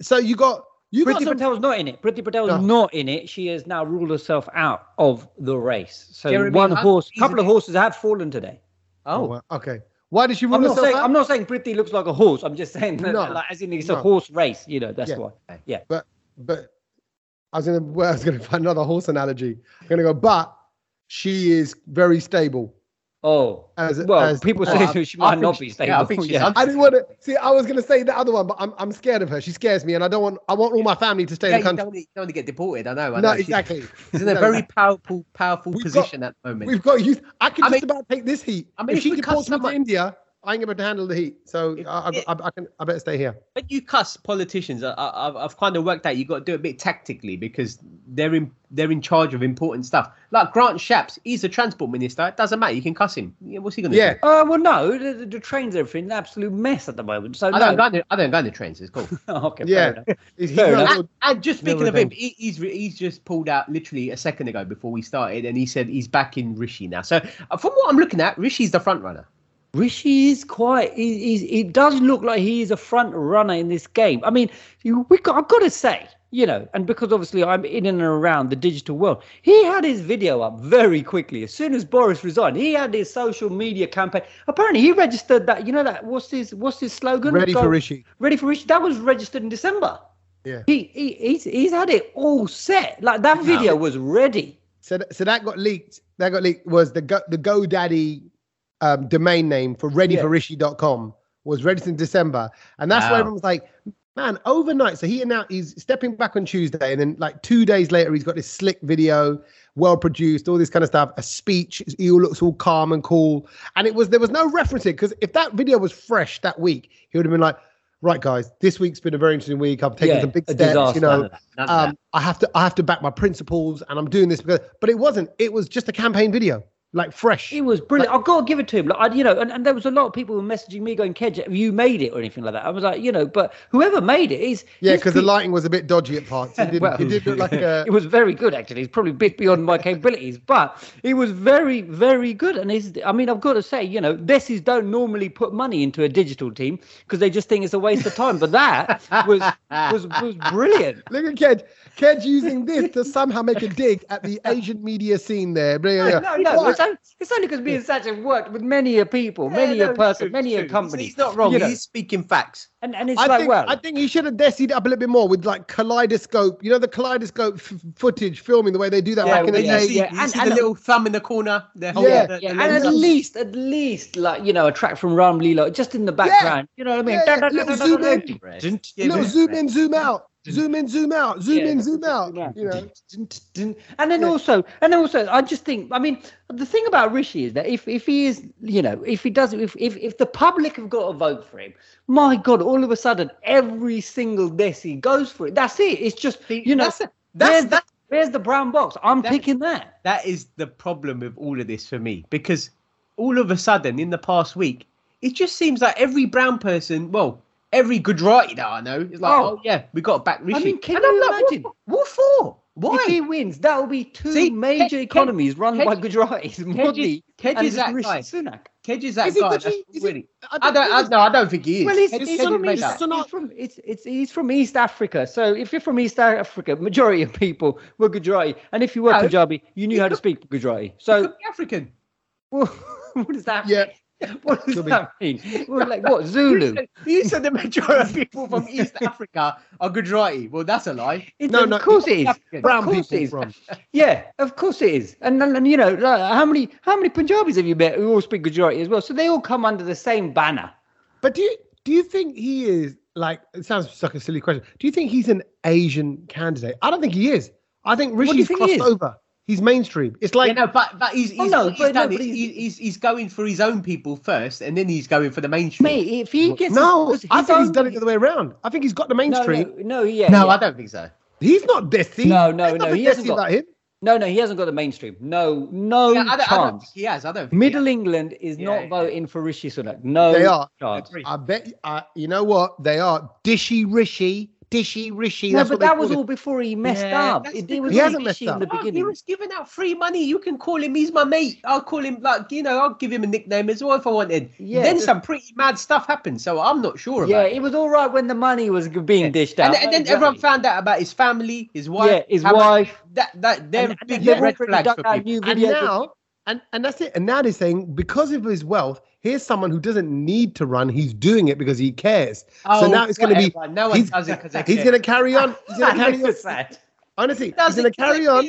S1: So you got you got
S2: Priti
S1: some
S2: Patel's not in it. Priti Patel's
S1: No.
S2: not in it. She has now ruled herself out of the race. So
S3: Jeremy
S2: one
S3: Hunt,
S2: horse,
S3: he's
S2: couple
S3: in
S2: of
S3: it.
S2: horses have fallen today.
S1: Oh,
S3: Oh,
S1: wow. okay. Why did she rule
S2: I'm not
S1: herself
S2: saying
S1: out?
S2: I'm not saying Priti looks like a horse. I'm just saying that,
S1: No.
S2: like, as in it's a
S1: No.
S2: horse race. You know, that's
S1: Yeah.
S2: why.
S1: but I was gonna *laughs* well, I was gonna find another horse analogy. I'm gonna go, but she is very stable.
S2: Oh,
S1: As-
S2: well,
S1: as-
S2: people
S1: I-
S2: say *laughs* she might
S3: think
S2: not
S3: she-
S2: be stable.
S3: Yeah, I think she's
S2: Yeah.
S3: un-
S1: I didn't want to see. I was gonna say the other one, but I'm I'm scared of her. She scares me, and I don't want. I want all my family to stay
S3: yeah,
S1: in
S3: you
S1: the
S3: don't,
S1: country.
S3: want to, you don't want to get deported. I know. *laughs*
S1: No,
S3: I know. She's-
S1: exactly.
S3: She's in a
S1: No,
S3: very powerful, powerful
S1: We've got-
S3: position at the moment.
S1: We've got youth. I can
S3: I
S1: just
S3: mean-
S1: about take this heat.
S3: I mean,
S1: if
S3: if
S1: she
S3: we cut
S1: deports me to
S3: someone-
S1: India, I ain't able to handle the heat. So
S3: If-
S1: I, I, I, I can. I better stay here.
S3: when you cuss politicians, I, I, I've- I've kind of worked out you got to do it a bit tactically because they're in they're in charge of important stuff. Like Grant Shapps, he's the transport minister. It doesn't matter. You can cuss him. Yeah, what's he gonna
S1: Yeah.
S3: do?
S2: Uh, well, no, the, the- the trains, everything, an absolute mess at the moment. So
S3: I
S2: no.
S3: don't, go in the, I don't go in the trains.
S2: *laughs*
S3: It's cool.
S2: okay,
S1: Yeah.
S2: fair enough.
S1: He's, he's
S2: Fair
S1: not
S2: enough.
S1: good.
S3: and, and just
S2: No,
S3: speaking
S2: I
S3: of him,
S2: don't.
S3: he, he's re- he's just pulled out literally a second ago before we started, and he said he's back in Rishi now. So uh, from what I'm looking at, Rishi's the front runner.
S2: Rishi is quite. He, he's, it does look like he is a front runner in this game. I mean, you, we got, I've got to say, you know, and because obviously I'm in and around the digital world, he had his video up very quickly. As soon as Boris resigned, he had his social media campaign. Apparently, he registered that. You know that what's his what's his slogan?
S1: Ready
S2: Go-
S1: for Rishi.
S2: Ready for Rishi. That was registered in December.
S1: Yeah.
S2: He, he he's he's had it all set. Like that video was ready.
S1: So, th- so that got leaked. That got leaked was the Go- the GoDaddy um, domain name for readyforishi.com was registered in December, and that's why
S3: Wow.
S1: everyone was like, "Man, overnight." So he announced he's stepping back on Tuesday, and then like two days later, he's got this slick video, well produced, all this kind of stuff, a speech. He all looks all calm and cool, and it was there was no referencing because if that video was fresh that week, he would have been like, "Right, guys, this week's been a very interesting week. I've taken
S2: Yeah,
S1: some big
S2: a
S1: steps,
S2: disaster.
S1: you know."
S3: None of that. None of
S1: um, I have to I have to back my principles, and I'm doing this because. But it wasn't. It was just a campaign video, like fresh.
S2: It was brilliant. I've got to give it to him. Like, I, you know, and, and there was a lot of people who were messaging me going, Kedge, have you made it or anything like that? I was like, you know, but whoever made it, he's
S1: yeah,
S2: he's
S1: because the
S2: pe-
S1: lighting was a bit dodgy at parts. It did,
S2: Well,
S1: it did look like a.
S2: *laughs* it was very good actually. It's probably a bit beyond my capabilities, but it was very, very good. And it's, I mean, I've got to say, you know, Dessies don't normally put money into a digital team because they just think it's a waste of time. But that was was was brilliant.
S1: Look at Kedge. Kedge using this to somehow make a dig at the Asian media scene there. Blah, blah, blah.
S2: No, no,
S1: What?
S2: it's only, it's only because me and Satch have worked with many a people, many
S3: Yeah,
S2: a
S3: no,
S2: person,
S3: true,
S2: many
S3: true.
S2: a company.
S3: He's not wrong.
S2: you know,
S3: He's speaking facts.
S2: and, and it's
S1: I
S2: like,
S1: think,
S2: well,
S1: I think he should have dessied up a little bit more with like kaleidoscope, you know, the kaleidoscope f- footage filming the way they do that
S2: Yeah,
S1: back in the
S2: well, yeah,
S1: day.
S3: see,
S2: yeah,
S3: you
S2: and-
S3: see
S2: and-
S3: the little thumb in the corner. The,
S1: Yeah,
S3: the- the
S2: yeah, and
S3: little
S2: at
S3: thumb.
S2: least, at least, like you know, a track from Ram Lilo just in the background. You know what I mean?
S1: Yeah, yeah, little zoom in.
S3: Yeah,
S1: little
S3: yeah.
S1: zoom in, zoom out,
S2: Yeah.
S1: zoom in, zoom out, zoom
S2: Yeah.
S1: in, zoom out.
S2: Yeah.
S1: You know,
S2: And then
S1: Yeah.
S2: also, and then also, I just think, I mean, the thing about Rishi is that if if he is, you know, if he doesn't, if if, if the public have got to vote for him, my God, all of a sudden, every single Desi goes for it. That's it. It's just, you know,
S3: that's a- that's
S2: where's,
S3: that.
S2: the, where's the brown box? I'm
S3: That's-
S2: picking that.
S3: That is the problem with all of this for me because all of a sudden in the past week, it just seems like every brown person, well, every Gujarati that I know is like,
S2: Oh.
S3: oh, yeah, we got to back Rishi.
S2: I mean, can
S3: And
S2: you
S3: I'm like,
S2: imagine?
S3: What, what for? Why?
S2: If he wins, that will be two
S3: See,
S2: major
S3: Ted-
S2: economies run by
S3: Ted-
S2: Gujaratis, *laughs* Modi
S3: Ted
S2: and
S3: is that
S2: Rishi
S3: guy.
S2: Sunak.
S3: Kedge is that
S1: Is he
S3: guy.
S1: Gujarati?
S3: that's
S1: Is he-
S3: really-
S1: I
S3: I don't. I, no, I don't think he is.
S2: Well, he's,
S3: Ted-
S2: he's,
S1: it's
S3: Ted
S1: not
S3: didn't
S1: me,
S3: make
S2: he's,
S3: that.
S1: Sunak.
S2: he's from it's, it's he's from East Africa. So if you're from East Africa, majority of people were Gujarati, and if you were
S3: No.
S2: Punjabi, you knew
S3: He
S2: how to
S3: could-
S2: speak Gujarati.
S3: He
S2: So
S3: could be African.
S2: *laughs* what does that
S1: Yeah.
S2: mean? *laughs* What does
S1: Could be.
S2: that mean? Well, like *laughs* what Zulu?
S3: You said, you said the majority of people from East Africa are Gujarati. Well, that's a lie.
S2: It's-
S1: No,
S2: of
S1: no,
S2: course it is.
S3: African.
S1: brown
S2: Of course it
S1: people
S2: is.
S1: from.
S2: Yeah, of course it is. And, and, and, you know, like, how many how many Punjabis have you met who all speak Gujarati as well? So they all come under the same banner.
S1: But do you do you think he is like? It sounds like a silly question. Do you think he's an Asian candidate? I don't think he is. I think
S2: do you
S1: Rishi's
S2: think he
S1: crossed
S2: is?
S1: over. He's mainstream. It's like
S3: yeah, no, but but he's, he's,
S2: Oh, no,
S3: what he's
S2: but no,
S3: done
S2: but
S3: is
S2: he's-
S3: he's, he's he's going for his own people first, and then he's going for the mainstream.
S2: Mate, if he gets
S1: no.
S2: because
S1: I
S2: his
S1: think he's
S2: own-
S1: done it the other way around. I think he's got the
S2: no,
S1: mainstream.
S2: no, no, yeah,
S3: no,
S2: yeah.
S3: I don't think so.
S1: He's not Desi.
S2: No, no,
S1: There's
S2: no,
S1: nothing
S2: he hasn't
S1: Desi
S2: got-
S1: about him.
S2: No, no, he hasn't got the mainstream. No, no
S3: Yeah, I, don't, I don't
S2: chance.
S3: think he has. I don't. Think
S2: Oh, Middle England is
S3: Yeah,
S2: not
S3: yeah.
S2: voting for Rishi Sunak. No,
S1: They are.
S2: Chance.
S3: Agreed.
S1: I bet. Uh, you know what? They are dishy rishi, dishy rishi.
S2: No,
S1: that's
S2: but
S1: what they
S2: that
S1: call
S2: was
S1: him.
S2: all before he messed
S3: Yeah,
S2: up.
S3: that's
S2: It, it
S3: because-
S2: was
S1: He
S2: all
S1: hasn't messed
S2: Rishi in
S1: up.
S2: the
S3: Oh, he
S2: beginning.
S3: was giving out free money. You can call him. He's my mate. I'll call him like you know. I'll give him a nickname as well if I wanted.
S2: Yeah,
S3: then
S2: just-
S3: some pretty mad stuff happened. So I'm not sure
S2: Yeah,
S3: about. it.
S2: it was all right when the money was g- being dished out.
S3: And, and then
S2: Exactly.
S3: everyone found out about his family, his wife,
S2: yeah, his
S3: how much-
S2: wife.
S3: That that they're
S2: and, and
S3: big
S2: they've
S3: red
S2: already
S3: flags
S2: done
S3: for
S2: that
S3: people.
S2: new
S1: and
S2: video.
S1: now and, and that's it and now they're saying because of his wealth here's someone who doesn't need to run he's doing it because he cares so now it's going to be
S3: Oh, whatever. no one
S1: he's,
S3: does it because
S1: he's going to carry
S3: *laughs*
S1: on he's going to
S2: *laughs* I
S1: carry
S2: know
S1: on
S2: it's sad.
S1: honestly he's going to carry on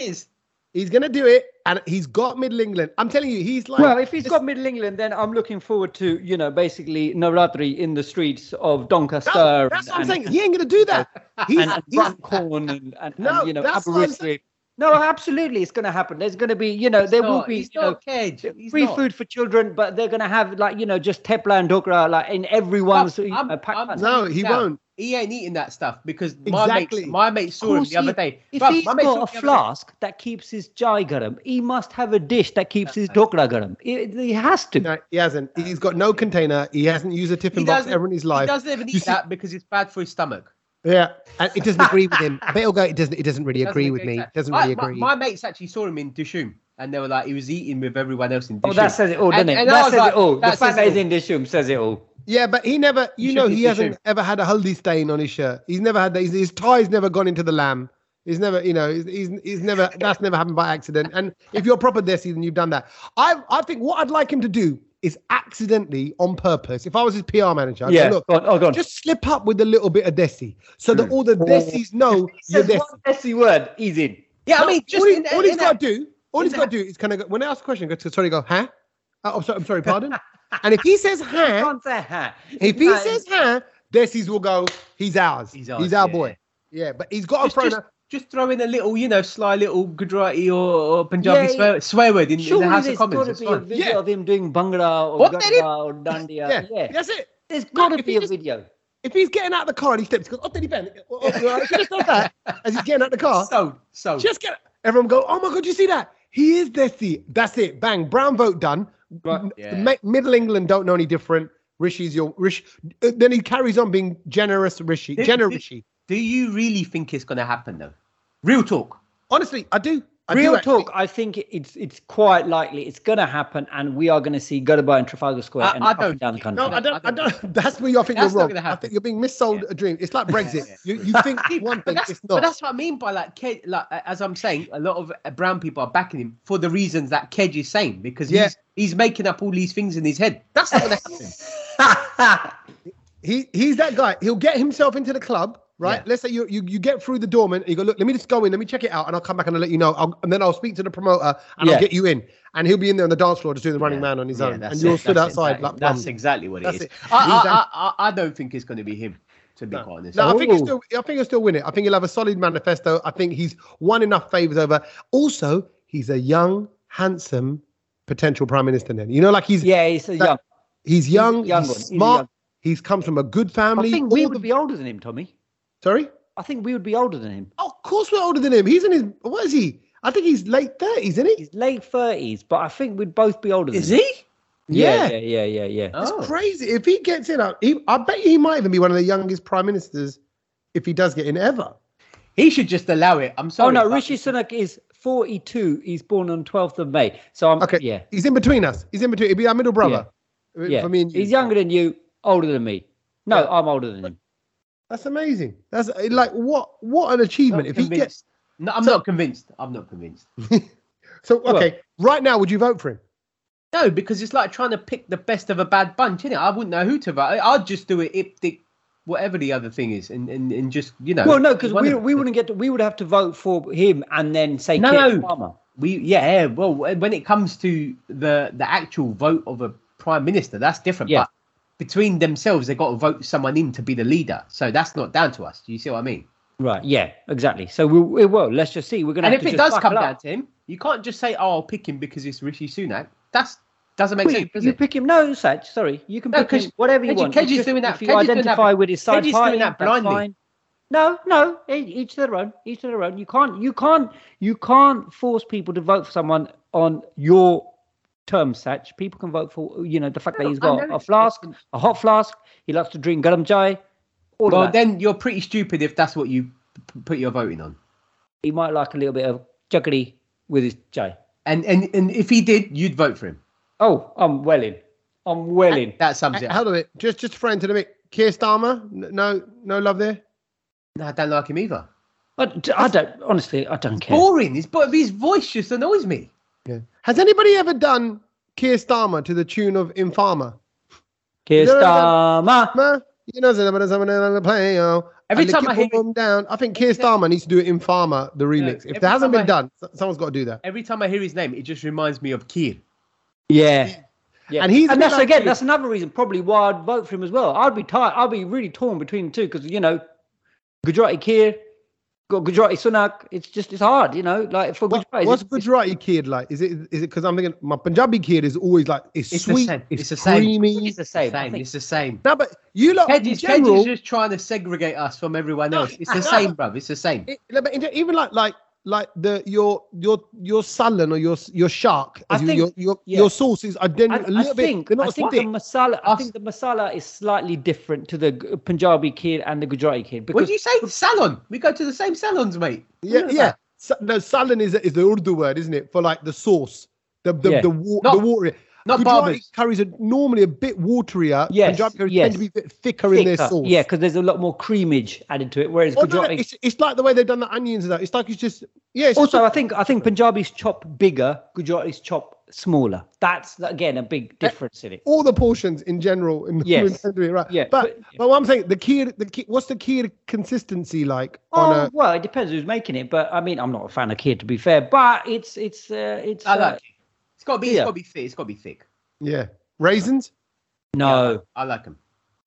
S1: he's going to do it and he's got middle england i'm telling you he's like
S2: *laughs* Well, if he's
S1: this-
S2: got Middle England, then I'm looking forward to you know basically Navratri in the streets of Doncaster.
S1: no, that's what i'm
S2: and-
S1: saying he ain't going to do
S3: *laughs*
S1: that he's,
S2: and, and
S1: he's
S2: Runcorn and, and,
S1: No,
S2: and you know
S1: that's what I'm
S2: Aberystwyth. No, absolutely, it's going to happen. There's going to be, you know, there will be
S3: He's
S2: you know,
S3: not Kedge. He's
S2: free
S3: not.
S2: food for children, but they're going to have like you know just tepla and dokra like in everyone's
S3: I'm-
S2: you
S3: I'm-
S2: know, packed
S3: I'm-
S1: *laughs*
S2: lunch.
S1: no he
S3: Now,
S1: won't
S3: He ain't eating E that stuff because my
S1: Exactly.
S3: mate, my mate saw him
S2: course
S3: the other
S2: he-
S3: day.
S2: If
S3: Bruv,
S2: he's
S3: my mate saw
S2: got a
S3: him the other day.
S2: flask that keeps his chai garam, he must have a dish that keeps his dokra garam. He, he has to.
S1: no, he hasn't he's got no container he hasn't used a tipping
S3: He
S1: box
S3: doesn't-
S1: ever in his
S3: He
S1: life
S3: doesn't even
S1: You
S3: eat
S1: see-
S3: that because it's bad for his stomach.
S1: Yeah, and it doesn't agree with him. I bet he'll go. It doesn't. It doesn't really
S3: Doesn't
S1: agree
S3: agree
S1: with me.
S3: that.
S1: Doesn't
S3: My-
S1: really
S3: my,
S1: agree.
S3: my mates actually saw him in Dishoom, and they were like, he was eating with everyone else in Dishoom.
S2: Oh, that says it all, doesn't
S3: And-
S2: it?
S3: and I
S2: that
S3: was
S2: says
S3: like,
S2: it all.
S3: that
S2: the fact
S3: says
S2: that
S3: it
S2: he's in Dishum says it all.
S1: yeah, but he never. You
S3: should
S1: know,
S3: be-
S1: he
S3: you
S1: hasn't
S3: should.
S1: ever had a haldi stain on his shirt. He's never had that. His, his tie's never gone into the lamb. He's never, you know, he's, he's, he's
S3: *laughs*
S1: never. That's never happened by accident. And if you're proper Desi, then you've done that. I I think what I'd like him to do is accidentally on purpose. If I was his PR manager, I'd
S2: yeah.
S1: say, look,
S2: go on, oh, go on.
S1: just slip up with a little bit of Desi, so that
S3: Hmm.
S1: all the Desis know
S2: He
S1: you're
S2: says
S1: Desi.
S2: one Desi word, he's in.
S3: Yeah, I
S1: No,
S3: mean, just
S1: all, he,
S3: in,
S1: all
S3: in
S1: he's
S3: that-
S1: got to do, All he's got to do is kind of go, when I ask a question, go to sorry, go, huh? Oh, I'm sorry, I'm sorry, pardon.
S3: *laughs*
S1: and if he says huh,
S2: Can't say ha.
S1: if he
S2: No,
S1: says huh, Desi's will go, he's ours. He's,
S3: He's ours,
S1: our
S3: yeah.
S1: boy. Yeah, but he's got
S3: Just-
S1: a pronoun.
S3: just- Just throw in a little, you know, sly little Gujarati or, or Punjabi
S2: Yeah,
S3: swear, swear word in, in
S2: surely
S3: the House of
S2: there's
S3: Commons.
S2: got to
S3: it's
S2: be a
S3: fine.
S2: video
S1: Yeah.
S2: of him doing Bhangra or
S3: What, Daddy?
S2: Gandha or Dandiya.
S1: yeah,
S2: Yeah.
S1: that's it.
S2: There's got to
S1: If he
S2: be a
S1: just-
S2: video.
S1: If he's getting out of the car and he steps, he goes, oh, Teddy Ben. Oh, oh, oh, I should have said that as he's getting out the
S3: *laughs*
S1: car.
S3: Sold, sold.
S1: Just get everyone go, oh my god, you see that? He is Desi. That's it. Bang. Brown vote done.
S2: Right.
S1: N-
S3: Yeah.
S1: Ma- Middle England don't know any different. Rishi's your Rish. uh, Then he carries on being generous Rishi.
S3: Did-
S1: Generous
S3: did-
S1: Rishi.
S3: Do you really think it's going to happen though? Real talk.
S1: Honestly, I do. I do
S2: Real
S1: actually.
S2: talk, I think it's it's quite likely it's going to happen, and we are going to see Gutterby and Trafalgar Square
S3: I-
S2: and
S3: I
S2: up
S3: don't
S2: and down the country.
S1: No, I don't. I don't. That's where I think
S3: That's
S1: you're
S3: not
S1: wrong.
S3: gonna
S1: I
S3: happen.
S1: think you're being missold
S3: Yeah.
S1: a dream. It's like Brexit.
S3: yeah.
S1: You, you think one
S3: *laughs* But
S1: thing,
S3: that's,
S1: it's
S3: but
S1: not.
S3: that's what I mean by like, Ked, like uh, as I'm saying, a lot of uh, brown people are backing him for the reasons that Kedge is saying because
S1: Yeah.
S3: he's he's making up all these things in his head. That's not going to happen.
S1: He he's that guy. He'll get himself into the club, right?
S3: Yeah.
S1: Let's say you, you you get through the doorman. And you go, look, let me just go in. Let me check it out, and I'll come back and I'll let you know. I'll, and then I'll speak to the promoter, and
S2: Yeah.
S1: I'll get you in. And he'll be in there on the dance floor just doing the *laughs* running
S3: Yeah.
S1: man on his
S3: Yeah,
S1: own,
S3: that's
S1: and you're
S3: it,
S1: stood
S3: that's
S1: outside
S3: exactly-
S1: like
S3: that's
S1: bums.
S3: exactly what it
S1: That's
S3: is.
S1: it.
S3: I, I, I, I don't think it's going to be him, to be
S1: No.
S3: quite honest.
S1: No, I think he'll
S2: Ooh.
S1: still. I think he'll still win it. I think he'll have a solid manifesto. I think he's won enough favors over. Also, he's a young, handsome potential prime minister. Then you know, like he's
S2: yeah, he's a
S1: That-
S2: young,
S1: he's
S2: a
S1: young,
S2: young
S1: he's
S2: one. He's a
S1: smart.
S2: young-
S1: He's comes from a good
S2: I
S1: family.
S2: think we
S1: all
S2: would
S1: the-
S2: be older than him, Tommy.
S1: sorry.
S2: I think we would be older than him.
S1: Oh, of course, we're older than him. He's in his. What is he? I think he's late thirties, isn't he?
S2: He's late thirties, but I think we'd both be older. Than
S3: Is
S2: him.
S3: he?
S2: Yeah, yeah, yeah, yeah, yeah.
S1: It's
S3: Oh.
S1: crazy. If he gets in, I, he, I bet he might even be one of the youngest prime ministers if he does get in ever.
S3: He should just allow it. I'm
S2: oh
S3: sorry.
S2: no,
S3: but-
S2: Rishi Sunak is forty-two. He's born on twelfth of May. So I'm
S1: Okay.
S2: Yeah,
S1: He's in between us. He's in between. He'd be our middle brother. Uh,
S2: yeah.
S1: For me and you.
S2: he's younger than you, older than me. No,
S1: Yeah.
S2: I'm older than him.
S1: That's amazing. That's uh, like what what an achievement.
S3: Not
S1: if he gets
S3: convinced. No, I'm
S1: So-
S3: not convinced. I'm not convinced.
S1: so okay, right now would you vote for him?
S3: No, because it's like trying to pick the best of a bad bunch, innit? I wouldn't know who to vote. I- I'd just do it if the whatever the other thing is, and and, and just you know.
S2: Well, no, because
S3: one
S2: we,
S3: of-
S2: we wouldn't get to, we would have to vote for him and then say
S3: No.
S2: Keir Starmer.
S3: we yeah. Well, when it comes to the the actual vote of a prime minister, that's different.
S2: Yeah.
S3: But between themselves, they got to vote someone in to be the leader. So that's not down to us. Do you see what I mean?
S2: Right. Yeah. Exactly. So we, we will. Let's just see. We're gonna.
S3: And
S2: have
S3: if
S2: to
S3: it
S2: just
S3: does come
S2: buckle
S3: down
S2: up.
S3: to him, you can't just say, "Oh, I'll pick him because it's Rishi Sunak." That's doesn't make sense,
S2: Wait,
S3: does
S2: you
S3: it?
S2: pick him. No, Sach. Sorry, you can
S3: No,
S2: pick
S3: 'cause
S2: him. Whatever you
S3: Kedge-
S2: want.
S3: Kedge
S2: It's
S3: is
S2: just
S3: doing that-
S2: If you
S3: Kedge is doing that-
S2: identify with his side
S3: Kedge is doing
S2: party,
S3: that
S2: that's
S3: blindly.
S2: fine. No, no. e- Each to their own. Each to their own. You can't. You can't. You can't force people to vote for someone on your terms, Sach. People can vote for you know the fact that
S3: No,
S2: he's
S3: I
S2: got
S3: know.
S2: a flask, a hot flask. He likes to drink garam chai. All
S3: Well,
S2: of that.
S3: then you're pretty stupid if that's what you p- put your voting on.
S2: he might like a little bit of juggly with his chai.
S3: And and and if he did, you'd vote for him.
S2: Oh, I'm well in. I'm well in.
S3: That sums it.
S1: Uh,
S3: Up.
S1: Hold on a minute. Just just friend to the mic. Keir Starmer? N- No, no love there.
S3: No, I don't like him either.
S2: I, I don't honestly. I don't care.
S3: Boring. His but his voice just annoys me.
S1: Yeah. Has anybody ever done Keir Starmer to the tune of Infarmer?
S2: Keir
S1: No, no, no.
S2: Starmer.
S1: Ma, You know, someone is someone on the plane, oh.
S3: Every
S1: And they
S3: time
S1: keep
S3: I hear-
S1: them down, I think Keir Starmer needs to do it in Farmer, the remix.
S3: every
S1: if that hasn't
S3: time
S1: been
S3: I-
S1: done, s- someone's got to do that.
S3: Every time I hear his name, it just reminds me of Keir.
S2: Yeah. Yeah.
S1: And he's a
S2: and
S1: bit
S2: that's
S1: like
S2: again
S1: you.
S2: that's another reason probably why I'd vote for him as well. I'd be tired. I'd be really torn between the two because you know, Gujarati Keir, got Gujarati Sunak. It's just it's hard, you know. Like for
S1: What,
S2: Gujarati,
S1: what's Gujarati kid like? Is it is it because I'm thinking my Punjabi kid is always like it's,
S3: It's the
S1: sweet,
S3: same.
S1: it's,
S3: It's the same.
S1: creamy.
S2: it's the same. I think-
S3: It's the same.
S1: No, but you lot
S3: Kedge
S1: in
S3: is, Kedge
S1: general,
S3: is just trying to segregate us from everyone
S1: No,
S3: else. It's the
S1: no. *laughs*
S3: same, bruv. It's the same.
S1: it- no, but in- even like like like the your your your sullen or your your shark,
S2: I
S1: as you-
S2: think-
S1: your your
S2: yeah.
S1: your sauce is
S2: I,
S1: identical. a
S2: I
S1: little bit.
S2: think,
S1: they're not
S2: I
S1: as
S2: think the
S1: thick.
S2: masala. I
S3: Us-
S2: think the masala is slightly different to the G- Punjabi kid and the Gujarati kid because
S3: What do you say? Salon. We go to the same salons, mate.
S1: Yeah,
S3: Look at
S1: yeah.
S3: that.
S1: Su- No, sullen is is the Urdu word, isn't it, for like the sauce, the the
S2: Yeah.
S1: the, wa-
S3: Not-
S1: the water.
S3: Not
S1: Gujarati
S3: barbers.
S1: curries are normally a bit waterier.
S2: Yes,
S1: Punjabi curries
S2: yes.
S1: tend to be a bit thicker, in their
S2: thicker.
S1: sauce.
S2: Yeah, because there's a lot more creamage added to it. Whereas
S1: Oh, no, no,
S2: Gujarati.
S1: it's, it's like the way they've done the onions and that. It's like it's just yeah. It's
S2: also,
S1: just,
S2: I think I think Punjabi's chop bigger, Gujarati's chop smaller. That's again a
S1: Uh,
S2: big difference in it.
S1: all the portions in general in the
S2: Yes.
S1: women's category, right?
S2: Yeah,
S1: but
S2: but-
S1: but, what I'm saying the key the key what's the key consistency like on
S2: Oh,
S1: a
S2: well, it depends who's making it, but I mean, I'm not a fan of kid to be fair, but it's it's uh, it's
S3: I
S2: uh,
S3: like it. It's got to be. It's
S2: yeah.
S3: got to be thick. It's got to be thick.
S1: yeah raisins?
S2: no.
S3: I like them.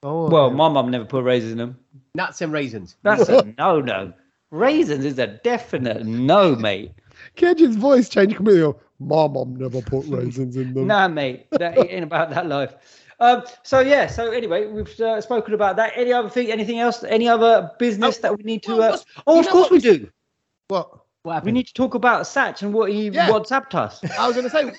S1: Oh,
S2: Well,
S1: okay.
S2: my mum never put raisins in them.
S3: Nuts and raisins.
S1: *laughs*
S2: That's a no no. Raisins is a definite no, mate.
S1: Kedge's voice changed completely. My mom never
S2: *laughs*
S1: put raisins in them.
S2: Nah, mate. That ain't about that life. Um, so yeah. So anyway, we've uh, spoken about that. Any other thing? Anything else? Any other business that we need to? Uh...
S3: well, what's-
S2: Oh,
S3: you
S2: of
S3: know
S2: course we
S3: what-
S2: do.
S1: What?
S3: What
S2: We
S3: happened?
S2: need to talk about Satch and what he
S1: Yeah.
S2: WhatsApped us.
S1: I was gonna say,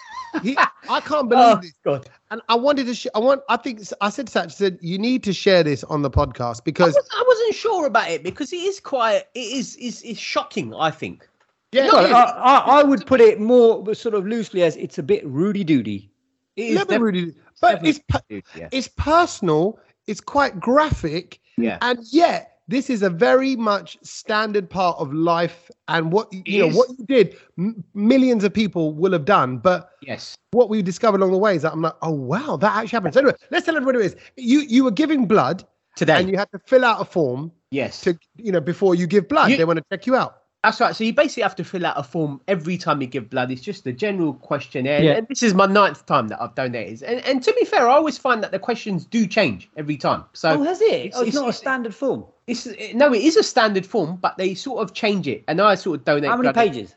S1: he, I can't believe
S3: *laughs* oh
S1: this.
S3: God!
S1: And I wanted to. Sh- I want. I think I said to Satch, I said you need to share this on the podcast
S3: I, *laughs*
S1: because
S3: was, I wasn't sure about it because it is quite. It is is is shocking. I think.
S1: yeah,
S2: Well,
S3: uh,
S2: I, I, I would put it more sort of loosely as it's a bit Rudy Doody.
S3: It is
S1: never
S3: def-
S1: really. But it's per-
S3: definitely- yeah.
S1: it's personal. It's quite graphic,
S3: yeah.
S1: and yet this is a very much standard part of life. And what you know,
S3: is.
S1: what you did, m- millions of people will have done. But
S3: Yes.
S1: what we discovered along the way is that I'm like, oh wow, that actually happened. So anyway, let's tell everybody what it is. You you were giving blood,
S3: Today.
S1: and you had to fill out a form
S3: yes.
S1: to you know before you give blood.
S3: You-
S1: they want to check you out.
S3: That's right. So you basically have to fill out a form every time you give blood. It's just a general questionnaire.
S2: Yeah.
S3: And this is my ninth time that I've donated. And, and to be fair, I always find that the questions do change every time. So
S2: Oh, has it?
S3: it's-
S2: Oh, it's,
S3: it's-
S2: not a
S3: it's-
S2: standard form.
S3: It's no, it is a standard form, but they sort of change it. And I sort of donate.
S2: How many
S3: blood.
S2: pages?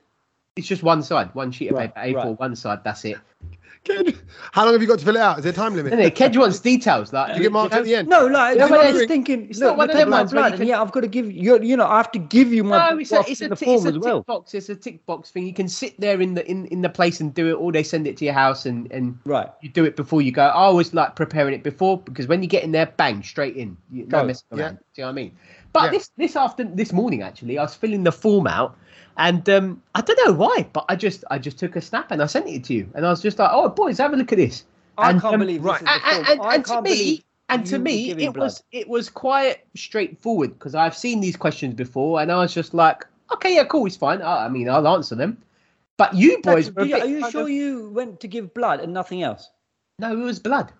S3: It's just one side, one sheet of
S2: Right,
S3: paper, A4,
S2: right.
S3: one side. That's it.
S1: Ken, how long have you got to fill it out? Is there a time limit?
S3: And then Kedge wants details. Like
S1: you get marked at the end?
S2: No, like
S3: Yeah,
S2: I'm
S3: but
S2: just
S3: it's-
S2: thinking. It's
S3: not
S2: look,
S3: one
S2: they
S3: of
S2: take
S3: them
S2: my
S3: ones where
S2: blood,
S3: you
S2: and
S3: can-
S2: yeah, I've got to give you. You know, I have to give you my
S3: No, it's a,
S2: blood
S3: it's a,
S2: in the
S3: tick- it's
S2: form as
S3: a
S2: well.
S3: tick box. It's a tick box thing. You can sit there in the in, in the place and do it, or they send it to your house and and
S2: Right.
S3: you do it before you go. I always like preparing it before because when you get in there, bang, straight in. You, no
S2: Go.
S3: messing around.
S1: Yeah.
S3: Do you know what I mean? But
S1: Yeah.
S3: this this after this morning actually, I was filling the form out, and um, I don't know why, but I just I just took a snap and I sent it to you, and I was just like, oh boys, have a look at this.
S2: I
S3: And,
S2: can't
S3: um,
S2: believe this
S1: right.
S2: is the
S3: And,
S2: form.
S3: and- and-
S2: I
S3: and to
S2: can't believe
S3: me, and to
S2: you
S3: me,
S2: giving
S3: it
S2: blood.
S3: was it was quite straightforward because I've seen these questions before, and I was just like, okay, yeah, cool, it's fine. I, I mean, I'll answer them. But you boys, were a
S2: Do you-
S3: bit
S2: are you
S3: kind
S2: sure
S3: of-
S2: you went to give blood and nothing else?
S3: No, it was blood.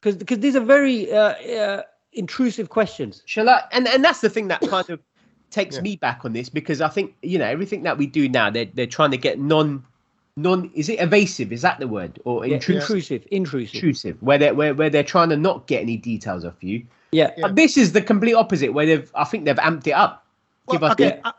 S2: Because because these are very uh, uh, intrusive questions.
S3: Shall I? And and that's the thing that kind
S1: *coughs*
S3: of takes
S1: Yeah.
S3: me back on this because I think you know everything that we do now they're they're trying to get non non is it evasive is that the word or
S2: Yeah,
S3: intrusive
S2: Intrusive, intrusive.
S3: intrusive where they are where where they're trying to not get any details off you.
S2: Yeah.
S1: Yeah.
S3: But this is the complete opposite where they've I think they've amped it up. Give us
S1: okay,
S3: the-
S1: I-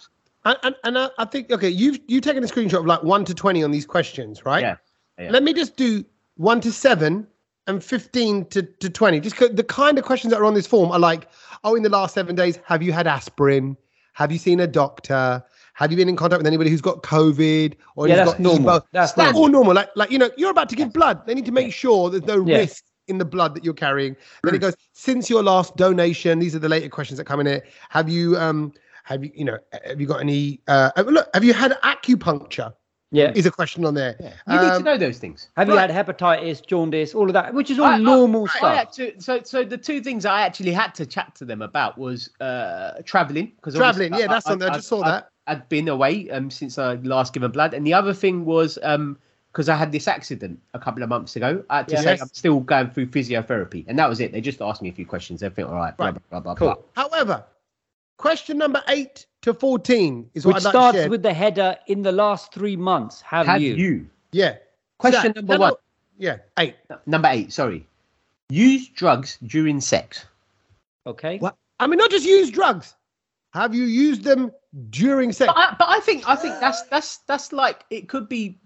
S1: and and, and I, I think okay, you've you've taken a screenshot of like one to twenty on these questions, right?
S3: Yeah, yeah.
S1: Let me just do one to seven and fifteen to, to twenty. Just 'cause the kind of questions that are on this form are like, oh, in the last seven days, have you had aspirin? Have you seen a doctor? Have you been in contact with anybody who's got COVID or
S2: Yeah,
S1: who's
S2: that's
S1: got
S2: normal.
S1: Ebola?
S2: That's
S1: It's like
S2: normal.
S1: all normal. Like like you know, you're about to give blood. They need to make sure there's no
S2: Yeah.
S1: risk in the blood that you're carrying. Then it goes, since your last donation, these are the later questions that come in here. Have you um have you you know have you got any uh oh, look, have you had acupuncture?
S2: Yeah.
S1: Is a question on there.
S3: you need to
S1: Um,
S3: know those things.
S2: Have you
S1: Right.
S2: had hepatitis, jaundice, all of that, which is all
S3: I- I-
S2: normal
S3: I
S2: stuff.
S3: had to- so, so the two things I actually had to chat to them about was uh, traveling because
S1: Traveling, yeah, that's on there. I just saw that.
S3: I'd been away um, since I last given blood, and the other thing was because I had this accident a couple of months ago. I had to
S2: Yeah.
S3: say
S1: Yes.
S3: I'm still going through physiotherapy, and that was it. They just asked me a few questions. Everything all right, blah,
S1: Right.
S3: blah, blah,
S2: Cool.
S3: blah.
S1: However, question number eight to fourteen is what I'd
S2: Which
S1: like to
S2: starts
S1: share.
S2: with the header in the last three months. Have,
S3: Have
S2: you?
S3: you?
S1: yeah.
S3: Question
S1: Zach,
S3: number
S1: tell
S3: one,
S1: me- Yeah, eight.
S3: number eight. Sorry, use drugs during sex.
S2: Okay.
S1: What? I mean, not just use drugs. Have you used them during sex?
S3: But I, but I think I think that's that's that's like it could be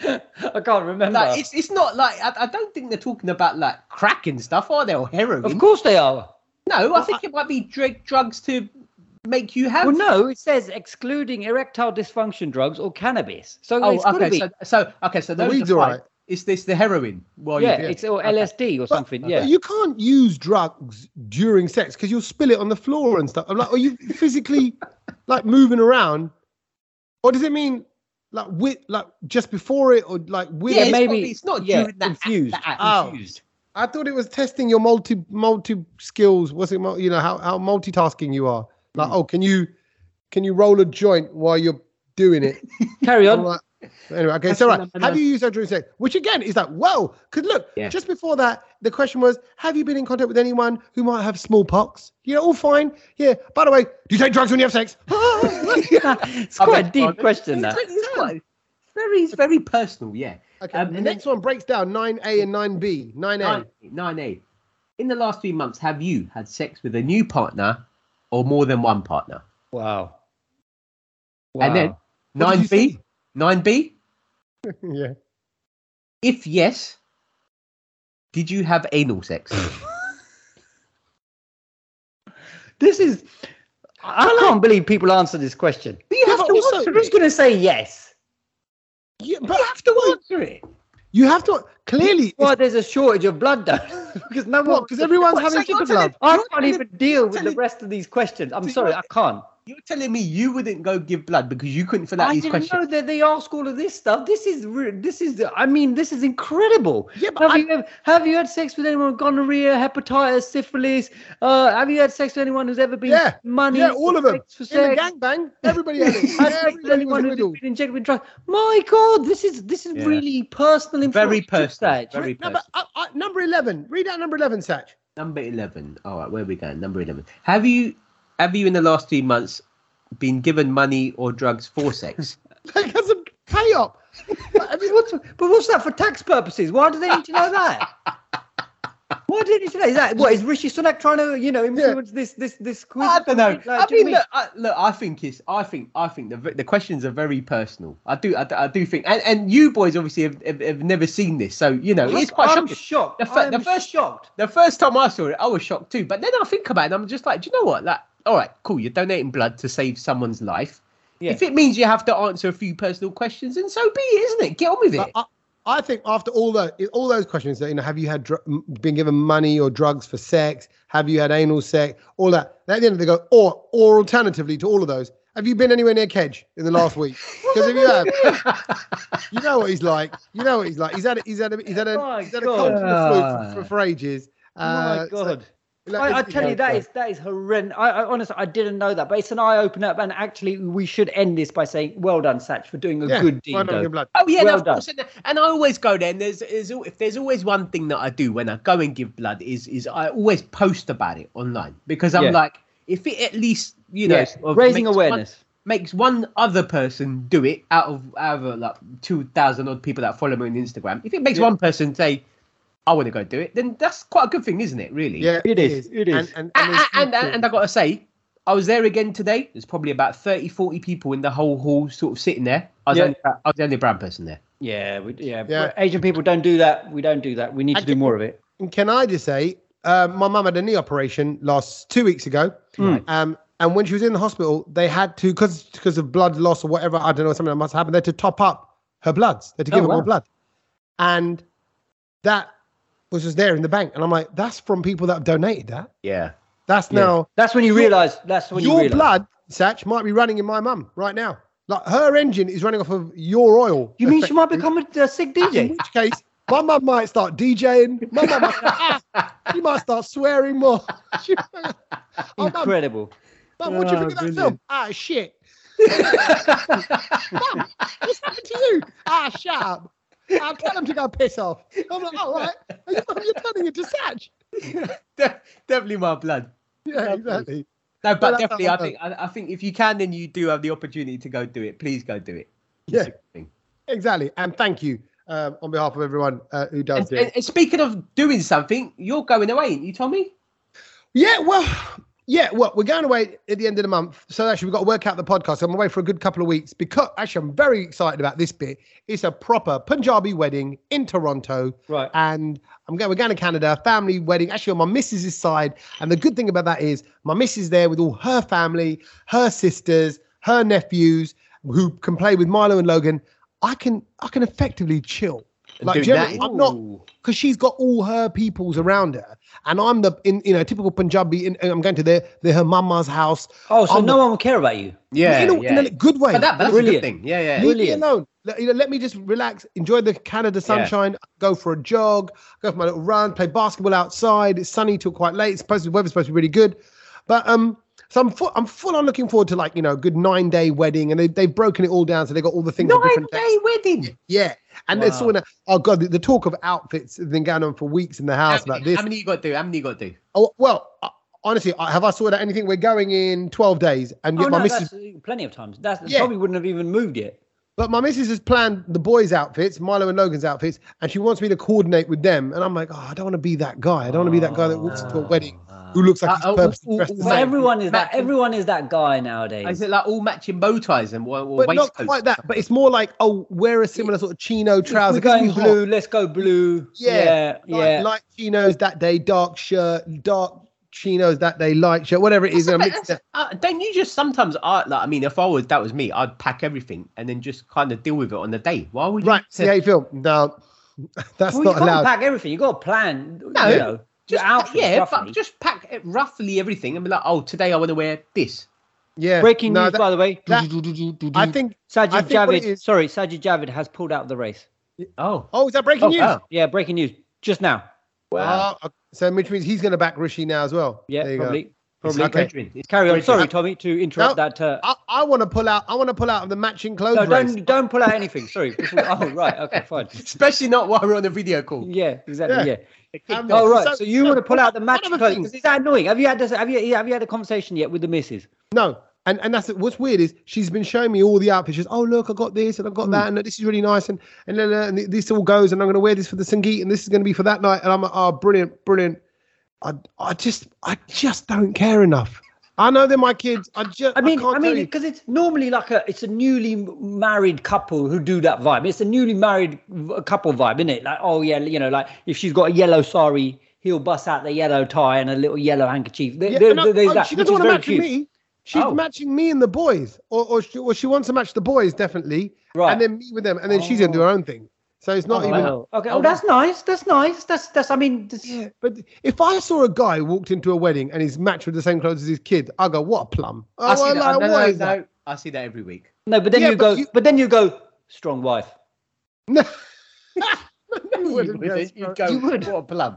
S2: I can't remember.
S3: like it's it's not like I, I don't think they're talking about like crack and stuff, are they? Or heroin?
S2: of course they are.
S3: No, I think it might be drug drugs to make you have.
S2: Well, no, it says excluding erectile dysfunction drugs or cannabis. So
S3: Oh,
S2: it's got to
S3: okay.
S2: be.
S3: So, so okay, so those
S1: weed's
S3: are
S1: all
S3: fine.
S1: right.
S3: Is this the heroin?
S1: oh,
S3: Well,
S2: yeah,
S3: you,
S2: it's or
S3: Okay.
S2: LSD or something. yeah.
S1: But you can't use drugs during sex because you'll spill it on the floor and stuff. I'm like, are you
S2: *laughs*
S1: physically like moving around? Or does it mean like with like just before it or like with
S3: yeah,
S1: it?
S2: may-
S3: maybe
S2: maybe-
S3: it's not
S2: yeah,
S3: during that
S2: infused.
S3: Act, that act,
S1: Oh.
S3: infused.
S1: I thought it was testing your multi multi skills. What's it mul- you know how, how multitasking you are?
S2: Hmm.
S1: Like, oh, can you can you roll a joint while you're doing it?
S2: Carry
S1: I'm
S2: on.
S1: like, Anyway, okay,
S2: That's
S1: so right.
S2: the number
S1: Have
S2: nine.
S1: you used Andrew sex? Which again is like, whoa, because look,
S3: Yeah.
S1: just before that, the question was, have you been in contact with anyone who might have smallpox? You know, all fine. Yeah. By the way, do you take drugs when you have sex? *laughs*
S2: *laughs* it's quite a deep question *laughs* that.
S3: It's quite- it's very, it's very personal. Yeah.
S1: Okay.
S3: Um,
S1: the
S3: and
S1: next one breaks down 9A and 9B. 9A.
S3: Nine, nine A. In the last three months, have you had sex with a new partner or more than one partner?
S2: Wow.
S3: And then
S1: What did
S3: nine
S1: you
S3: B. Nine B.
S1: *laughs* Yeah.
S3: If yes, did you have anal sex?
S2: this is I can't believe people answer this question.
S3: you
S1: have to answer
S2: Who's going to say yes?
S1: yeah but after what?
S3: answer it.
S1: You have to
S3: *laughs*
S1: clearly.
S2: Well, there's a shortage of blood donors *laughs* because no one.
S1: What? Because everyone's
S3: What, so
S1: having
S3: you're
S1: chicken
S3: telling-
S1: blood.
S2: I
S3: you're
S2: can't
S3: telling-
S2: even deal with the
S3: telling-
S2: rest of these questions. I'm
S3: So
S2: sorry,
S3: you're-
S2: I can't.
S3: You're telling me you wouldn't go give blood because you couldn't fill out
S2: I
S3: these
S2: didn't know
S3: questions.
S2: that they ask all of this stuff. This is re- this is. I mean, this is incredible.
S1: Yeah, but
S2: Have
S1: I-
S2: you ever, have you had sex with anyone with gonorrhea, hepatitis, syphilis? Uh, have you had sex with anyone who's ever been
S1: Yeah.
S2: money?
S1: Yeah, all of them.
S2: sex for
S1: In the
S2: sex?
S1: gangbang, everybody had
S3: *laughs*
S1: it.
S2: Had sex with
S1: Everybody was
S2: anyone
S1: in the
S2: who's
S1: middle.
S2: been injected with drugs? My God, this is this is
S3: Yeah.
S2: really personal information.
S3: Very personal.
S2: Saj.
S3: Very
S1: Number,
S3: personal.
S1: uh, uh, number 11. Read out number 11, Satch.
S3: Number eleven. All right, where are we going? Number eleven. Have you have you in the last three months been given money or drugs
S2: *laughs*
S3: for sex?
S1: *laughs* Like, that's a pay
S3: *laughs*
S1: up.
S2: I mean, what's, but what's that for tax purposes? Why do they need to know
S3: *laughs*
S2: that? Why do they need to know Is that? What is Rishi Sunak trying to, you know, influence this this this? Quiz?
S3: I don't know.
S2: Like,
S3: I
S2: do you
S3: mean,
S2: know
S3: look, I, look, I think it's. I think. I think the the questions are very personal. I do. I, do- I do think. And, and you boys obviously have, have, have never seen this, so you know
S2: what I mean?
S3: it's quite
S2: I'm
S3: shocking.
S2: shocked.
S3: The fir-
S2: I'm
S3: the first-
S2: shocked.
S3: The first time I saw it, I was shocked too. But then I think about it, and I'm just like, do you know what? Like, all right, cool. You're donating blood to save someone's life.
S2: Yeah.
S3: If it means you have to answer a few personal questions, and so be it, isn't it? Get on
S2: *laughs*
S3: with it.
S1: But I, I think after all those all those questions, that you know, have you had dr- m- been given money or drugs for sex? Have you had anal sex? All that. At the end, they go, or or alternatively to all of those, have you been anywhere near Kedge in the last
S2: *laughs*
S1: week? Because if you have, you know what he's like. You know what he's like. He's had a, he's had a, he's had a,
S2: My
S1: he's had a
S2: God.
S1: cold and a flu for, for, for ages.
S3: Oh
S2: My
S1: Uh, so,
S2: God.
S1: you know,
S2: I, I
S1: it's-
S2: tell you, that is that is horrendous. I, I honestly, I didn't know that, but it's an eye opener. And actually, we should end this by saying, "Well done, Satch, for doing a
S1: yeah,
S2: good
S1: why
S2: deed."
S1: not give
S2: though.
S1: blood?
S3: Oh yeah,
S2: Well
S3: no, of course. And, and I always go there. And there's, there's al- if there's always one thing that I do when I go and give blood is is I always post about it online because I'm
S2: Yeah.
S3: like, if it at least you know
S2: Yeah,
S3: sort of
S2: raising
S3: makes
S2: awareness.
S3: one, makes one other person do it out of out of like two thousand odd people that follow me on Instagram. If it makes
S1: Yeah.
S3: one person say, I want to go do it, then that's quite a good thing, isn't it? Really.
S1: Yeah,
S2: It is, it is.
S1: And, and,
S3: A-
S1: and,
S3: a-
S1: there's-
S3: and, and, and I gotta say. I was there again today. There's probably about 30, 40 people in the whole hall, sort of sitting there. I was,
S2: Yeah.
S3: only, I was the only brown person there.
S2: Yeah, we, yeah,
S1: Yeah.
S2: Asian people don't do that. We don't do that. We need to
S1: And-
S2: do more of it.
S1: And can I just say, uh, my mum had a knee operation last two weeks ago,
S2: Mm.
S1: um, and when she was in the hospital, they had to because because of blood loss or whatever I don't know something that must happen. They had to top up her bloods. They had to
S2: Oh,
S1: give her
S2: wow.
S1: more blood, and that was just there in the bank. And I'm like, that's from people that have donated that.
S3: Yeah.
S1: That's
S2: Yeah.
S1: now
S2: That's when you realise. That's when you
S1: your
S2: realise.
S1: blood, Satch, might be running in my mum right now. Like her engine is running off of your oil.
S2: You mean she might
S1: effectively.
S2: become a, a sick
S1: In
S2: DJ?
S1: which case, my mum might start DJing. My mum might, she might start swearing more. *laughs* She- oh, mum,
S2: Incredible.
S1: mum, what do you
S2: Oh,
S1: think of that
S2: brilliant.
S1: film? Ah, shit. *laughs* mum, what's happened to you? Ah, shut up. I'll tell him to go piss off. I'm like, all right. Mum, You're turning into Satch.
S3: De- *laughs* definitely my blood.
S1: Yeah, exactly.
S3: No, but
S1: that's
S3: definitely,
S1: not
S3: I
S1: my
S3: think I, I think if you can, then you do have the opportunity to go do it. Please go do it. It's
S1: Yeah.
S3: a good thing.
S1: Exactly. And thank you um, on behalf of everyone uh, who does
S3: And,
S1: do it.
S3: and- and speaking of doing something, you're going away, ain't you, Tommy?
S1: Yeah, well, yeah, well, we're going away at the end of the month. So actually, we've got to work out the podcast. I'm away for a good couple of weeks because actually, I'm very excited about this bit. It's a proper Punjabi wedding in Toronto,
S2: Right.
S1: and I'm going. We're going to Canada, family wedding. Actually, on my missus's side, and the good thing about that is my missus there with all her family, her sisters, her nephews, who can play with Milo and Logan. I can, I can effectively chill. Like,
S3: Doing
S1: do you know
S3: that
S1: what I
S3: is-
S1: mean? I'm not because she's got all her peoples around her, and I'm the in you know typical Punjabi. In, I'm going to their, their her mama's house.
S2: Oh, so
S1: I'm
S2: no
S1: the-
S2: one will care about you.
S3: Yeah,
S1: in, a, in a good way.
S3: But that, but that's a
S2: Brilliant.
S3: good thing. Yeah,
S1: Leave
S3: yeah.
S1: me
S2: brilliant.
S1: alone. Let, you know, let me just relax, enjoy the Canada sunshine, go for a jog, go for my little run, play basketball outside. It's sunny till quite late. It's supposed to, the weather's supposed to be really good, but um, So I'm full, I'm full on looking forward to like you know a good nine day wedding, and they, they've broken it all down, so they got all the things. on
S3: Nine
S1: different days.
S3: day wedding.
S1: Yeah, and
S2: Wow.
S1: it's all in a, oh god, the, the talk of outfits has been going on for weeks in the house
S3: how,
S1: about
S3: many,
S1: this.
S3: how many you got to do? How many you got to do?
S1: oh, well, uh, honestly, I- have I sorted out anything? We're going in twelve days, and
S2: Oh,
S1: yet my
S2: no,
S1: missus,
S2: that's uh, plenty of times. That's
S1: Yeah.
S2: probably wouldn't have even moved it.
S1: but my missus has planned the boys' outfits, Milo and Logan's outfits, and she wants me to coordinate with them, and I'm like, oh, I don't want to be that guy. I don't want to be that guy that walks
S2: Ah.
S1: into a wedding who looks like he's
S3: Uh, oh,
S1: purposely
S3: oh,
S1: dressed the
S3: oh,
S2: But
S1: same.
S2: everyone is that.
S3: Matt-
S2: Everyone is that guy nowadays.
S3: Is it like all matching bow ties and wa- wa-
S1: But not
S3: waistcoats?
S1: quite that. But it's more like, oh, wear a similar sort of chino
S2: If
S1: trouser.
S2: We're
S1: 'cause
S2: going
S1: it'd be hot.
S2: blue. Let's go blue.
S1: Yeah,
S2: Yeah,
S1: Light,
S2: yeah.
S1: light chinos that day, dark shirt, dark chinos that day, light shirt, whatever it is. and I mix it.
S3: Uh, don't you just sometimes? I like. I mean, if I was that was me, I'd pack everything and then just kind of deal with it on the day. Why would you?
S1: Right, see eh, how you feel. No, *laughs* that's
S2: well, you
S1: not
S2: can't
S1: allowed.
S2: pack everything. You got to plan.
S3: No,
S2: you know,
S3: just
S2: your outfit.
S3: yeah,
S2: roughly.
S3: but just pack it roughly everything and be like, oh, today I want to wear this.
S1: yeah,
S2: Breaking
S1: no,
S2: news,
S1: that-
S2: by the way.
S1: that- I think.
S2: Sajid
S1: I think what it
S2: Javid.
S1: is-
S2: Sorry, Sajid Javid has pulled out of the race.
S3: Oh,
S1: Oh, is that breaking
S3: Oh,
S1: news?
S3: wow.
S2: Yeah, breaking news just now.
S3: wow.
S1: Oh, so which means he's going to back Rishi now as well.
S2: Yeah,
S1: There you go.
S2: probably.
S3: It's
S1: probably- okay.
S3: Adrian. It's
S2: Carry on.
S3: Adrian.
S2: Sorry, Tommy, to interrupt
S1: No.
S2: that. Uh,
S1: I, I want to pull out. I want to pull out of the matching clothes
S2: no,
S1: race.
S2: don't don't pull out anything. Sorry. Oh right, okay, fine.
S3: especially not while we're on a video call.
S2: Yeah, exactly.
S1: Yeah.
S2: Yeah.
S1: Um,
S2: Oh right.
S1: so-
S2: So, you
S1: so
S2: want to pull
S1: what-
S2: out the match
S1: what other
S2: clothes?
S1: things-
S2: 'Cause Is that annoying? Have you had this? Have you have you had a conversation yet with the missus?
S1: No. And and that's what's weird is she's been showing me all the outfits. She's oh look, I got this and I
S2: Hmm.
S1: got that and this is really nice and and then uh, and th- this all goes and I'm going to wear this for the Sangeet and this is going to be for that night and I'm like oh brilliant, brilliant. I I just I just don't care enough. I know they're my kids. I just
S2: I mean,
S1: can't
S2: I mean,
S1: tell you.
S2: because it's normally like a it's a newly m- married couple who do that vibe. It's a newly married v- couple vibe, isn't it? Like, oh yeah, you know, like if she's got a yellow sari, he'll bust out the yellow tie and a little yellow handkerchief. There,
S1: Yeah,
S2: there-
S1: and I-
S2: there's
S1: oh,
S2: that,
S1: she
S2: which
S1: doesn't
S2: is
S1: want to
S2: very
S1: match
S2: cute.
S1: me. She's
S2: Oh.
S1: matching me and the boys, or or she, or she wants to match the boys definitely,
S2: Right.
S1: and then me with them, and then she's gonna do her own thing. So it's not
S2: Oh,
S1: even.
S2: wow. okay. Oh, that's nice. That's nice. That's that's. I mean, this,
S1: Yeah, but if I saw a guy walked into a wedding and he's matched with the same clothes as his kid, I go, "What a plum!" Oh,
S3: I see
S1: I
S3: that.
S1: like,
S3: no,
S1: what
S3: no,
S1: is that?
S3: no. I see that every week.
S2: no, but then
S1: Yeah,
S2: you
S1: but
S2: go,
S1: you-
S2: but then you go, strong wife.
S1: No.
S3: You
S1: wouldn't,
S3: would,
S1: yes,
S3: you'd
S1: but-
S3: go,
S2: You would.
S3: What a plum.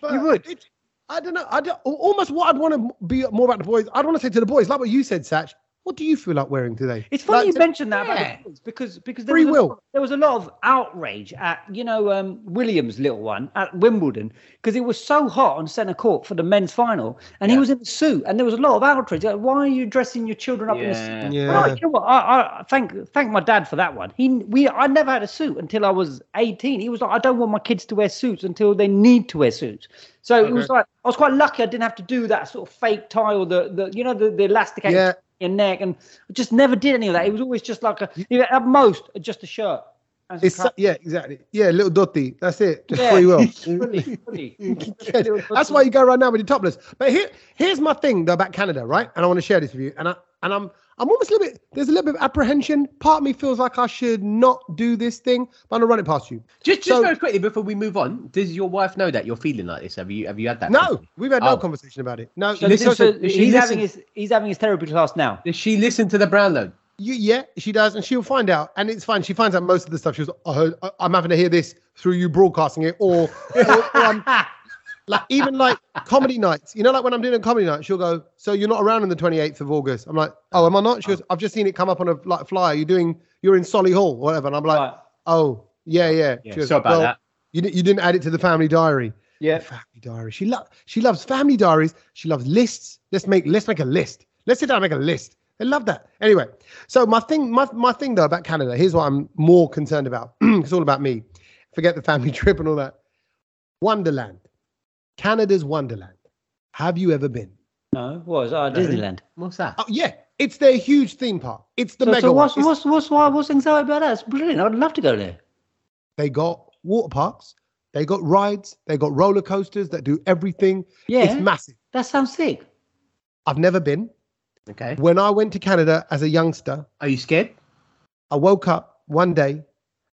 S1: but
S2: you would.
S1: it- I don't know. I don't, al- almost what I'd want to be more about the boys. I'd want to say to the boys, like what you said, Satch. What do you feel like wearing today?
S2: It's funny
S1: Like,
S2: you
S1: to-
S2: mentioned that
S3: Yeah.
S2: about the boys because because there
S1: Free
S2: was, a
S1: will.
S2: lot- there was a lot of outrage at you know um, Williams' little one at Wimbledon because it was so hot on centre court for the men's final and he
S3: Yeah.
S2: was in a suit and there was a lot of outrage. Like, Why are you dressing your children up in a suit?
S3: Yeah.
S2: Well, I-
S1: Yeah.
S2: you know what? I, I thank thank my dad for that one. He we I never had a suit until I was eighteen. He was like, I don't want my kids to wear suits until they need to wear suits. So it was like I was quite lucky. I didn't have to do that sort of fake tie or the, the you know the, the elastic
S1: Yeah.
S2: your neck, and I just never did any of that. It was always just like a you know, at most just a shirt. and some
S1: It's so-
S2: trousers.
S1: yeah, exactly. Yeah, little dotty. That's it. *laughs* Just
S2: Yeah.
S1: free will.
S2: Fully, fully.
S1: That's why you go right now with your topless. But here, here's my thing though about Canada, right? And I want to share this with you. And I and I'm I'm almost a little bit there's a little bit of apprehension. Part of me feels like I should not do this thing, but I'm gonna run it past you.
S3: Just, just
S1: So-
S3: very quickly before we move on, does your wife know that you're feeling like this? Have you, have you had that?
S1: No, we've had no
S3: Oh.
S1: conversation about it. No,
S2: So,
S3: Listen,
S2: so- so
S3: listen,
S2: he's
S3: listen.
S2: having his he's having his therapy class now.
S3: Does she listen to the Brownlow?
S1: you, yeah, she does, and she'll find out, and it's fine. She finds out most of the stuff. She was, I heard, I- I'm having to hear this through you broadcasting it, or, or, or I'm, like even like comedy nights. You know, like when I'm doing a comedy night, she'll go, "So you're not around on the 28th of August?" I'm like, "Oh, am I not?" She goes, "I've just seen it come up on a like flyer. You're doing, you're in Solihull, or whatever," and I'm like,
S2: Right.
S1: "Oh, yeah, yeah."
S3: Yeah,
S1: She goes,
S3: sorry about
S1: "Well,
S3: that.
S1: You, di- you didn't add it to the family diary.
S2: Yeah.
S1: Family diary. She lo- she loves family diaries. She loves lists. Let's make let's make a list. Let's sit down and make a list. I love that. Anyway, so my thing my, my thing though about Canada, here's what I'm more concerned about. *clears throat* it's all about me. Forget the family *laughs* trip and all that. Wonderland. Canada's Wonderland. Have you ever been?
S2: No, was uh, Disneyland.
S3: What's that?
S1: Oh yeah, it's their huge theme park. It's the
S2: So,
S1: mega
S2: so
S1: one.
S2: what's,
S1: It's-
S2: what's what's why what's anxiety about that? It's brilliant. I'd love to go there.
S1: They got water parks. They got rides. They got roller coasters that do everything. It's
S2: Yeah,
S1: massive.
S2: that sounds sick.
S1: I've never been. Oh.
S3: Okay.
S1: When I went to Canada as a youngster,
S3: Are you scared?
S1: I woke up one day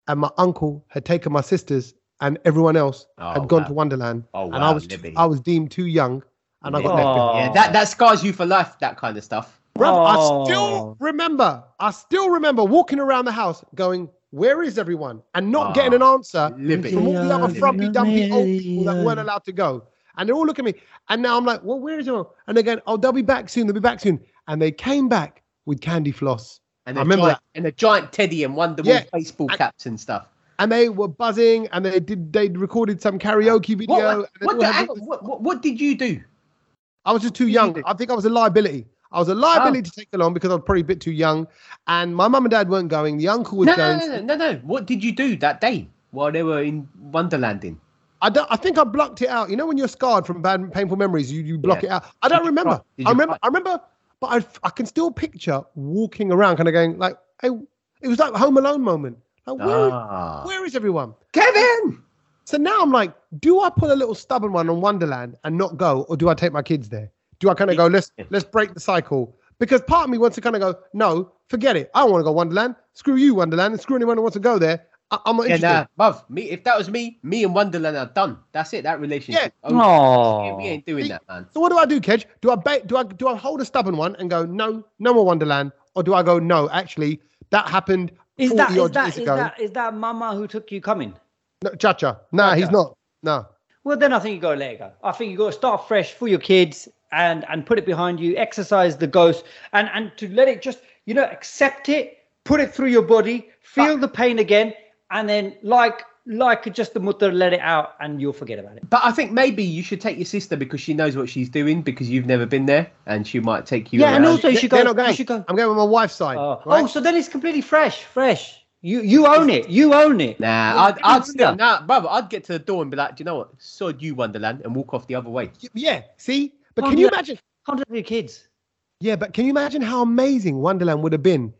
S1: and my uncle had taken my sisters and everyone else
S3: Oh,
S1: had gone
S3: wow.
S1: to Wonderland.
S3: Oh,
S1: and I
S3: wow,
S1: was
S3: Libby.
S1: I was deemed too young and I got
S3: Libby.
S1: left behind.
S2: Oh.
S3: Yeah, that, that scars you for life, that kind of stuff.
S1: Bruv, I
S2: Oh.
S1: still remember, I still remember walking around the house going, Where is everyone? And not
S3: Oh.
S1: getting an answer
S3: Libby.
S1: Uh, from all the other
S2: Yeah,
S1: frumpy dumpy old people that
S2: yeah.
S1: weren't allowed to go. And they're all looking at me. And now I'm like, well, where is everyone? And they're going, oh, they'll be back soon. They'll be back soon. And they came back with candy floss.
S3: And
S1: I
S3: a
S1: remember
S3: giant, and a giant teddy and Wonder Woman
S1: Yeah.
S3: baseball
S1: And-
S3: caps and stuff.
S1: And they were buzzing and they did, they recorded some karaoke video.
S3: What,
S1: and they
S3: what,
S1: all
S3: the,
S1: had-
S3: heck- what, what, what did you do?
S1: I was just too young. I think I was a liability. I was a
S3: Oh.
S1: liability to take along because I was probably a bit too young. And my mum and dad weren't going. The uncle was
S3: No, no,
S1: going.
S3: no, no, no, no. What did you do that day while they were in Wonderlanding?
S1: I don't. I think I blocked it out. You know when you're scarred from bad, painful memories, you, you block
S3: Yeah.
S1: it out. I don't
S3: Did you
S1: remember.
S3: cry? Did
S1: I
S3: you
S1: remember.
S3: cry?
S1: I remember, but I, I can still picture walking around, kind of going like, "Hey, it was like a Home Alone moment. Like, where,
S3: Ah.
S1: where is everyone?"
S3: Kevin!
S1: So now I'm like, do I put a little stubborn one on Wonderland and not go, or do I take my kids there? Do I kind of go, let's
S3: Yeah.
S1: let's break the cycle? Because part of me wants to kind of go, no, forget it. I don't want to go Wonderland. Screw you, Wonderland, and screw anyone who wants to go there. I- I'm not
S3: Yeah,
S1: interested.
S3: nah, uh, bruv, me, if that was me, me and Wonderland are done. That's it, that relationship. over. Yeah,
S2: Oh,
S3: we ain't doing
S1: See-
S3: that, man.
S1: So what do I do, Kedge? Do I ba- do I do I hold a stubborn one and go, no, no more Wonderland, or do I go, no, actually, that happened
S2: is
S1: 40
S2: that is
S1: odd
S2: that
S1: years
S2: is
S1: ago.
S2: that is that Mama who took you coming?
S1: No, Chacha, nah, he's
S2: Chacha.
S1: not. No,
S2: Well, then I think you got to let it go. I think you got to start fresh for your kids and and put it behind you. Exercise the ghost and and to let it just you know accept it, put it through your body, feel the pain again, and then like like just the mutter, let it out, and you'll forget about it.
S3: But I think maybe you should take your sister because she knows what she's doing because you've never been there and she might take you.
S2: Yeah, and
S3: around.
S2: also- So you
S1: They-
S2: should
S1: they're
S2: go-
S1: not going.
S2: you should go-
S1: I'm going with my wife's side.
S2: Oh,
S1: right?
S2: oh, so then it's completely fresh, fresh. You you own it. You own it.
S3: Nah, I'd,
S2: give me
S3: I'd still,
S2: Wonder.
S3: nah, brother, I'd get to the door and be like, do you know what? Sod you, Wonderland, and walk off the other way.
S1: Y- yeah. See, but
S2: Oh,
S1: can you
S2: yeah.
S1: imagine?
S2: Contact your kids.
S1: Yeah, but can you imagine how amazing Wonderland would have been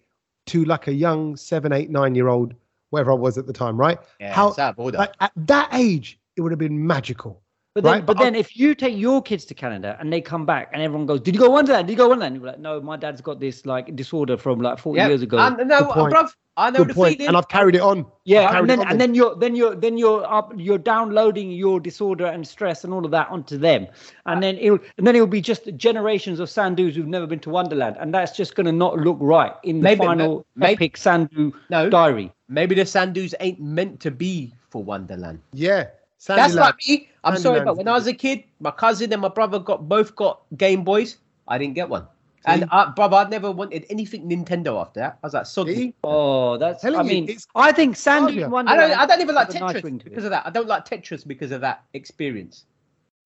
S1: to like a young seven, eight, nine year old, whatever I was at the time, right?
S3: Yeah,
S1: How-
S3: it's out of order.
S1: Like at that age, it would have been magical.
S2: But then,
S1: Right,
S2: but
S1: but
S2: then, if you take your kids to Canada and they come back and everyone goes, "Did you go Wonderland? Did you go Wonderland?" You're like, "No, my dad's got this like disorder from like 40
S3: Yeah.
S2: years ago."
S3: And, no,
S1: Good point.
S3: bruv, I know
S1: Good
S3: the
S1: point.
S3: feeling.
S1: And I've carried it on. I've
S2: yeah,
S1: carried
S2: and
S1: it
S2: then
S1: on
S2: and then you're then you're then you're up you're downloading your disorder and stress and all of that onto them, and then it'll and then it'll be just generations of Sandus who've never been to Wonderland, and that's just going to not look right in the
S3: Maybe-
S2: final
S3: may-
S2: epic Sandu
S3: No.
S2: diary.
S3: Maybe the Sandus ain't meant to be for Wonderland.
S1: yeah. Sandy
S3: That's
S1: Land.
S3: like me. I'm sorry,
S1: Sandyland.
S3: but when I was a kid, my cousin and my brother got both got Game Boys. I didn't get one. And
S1: See?
S3: I, brother, I never wanted anything Nintendo after that. I was like, sod you.
S1: See?
S2: Oh, that's I
S1: Telling you,
S2: mean,
S1: it's-
S2: I think Sandu
S1: yeah. I
S2: in
S3: I
S2: Wonderland.
S3: don't. I don't even like
S2: has a nice ring
S3: Tetris
S2: to it.
S3: because of that. I don't like Tetris because of that experience.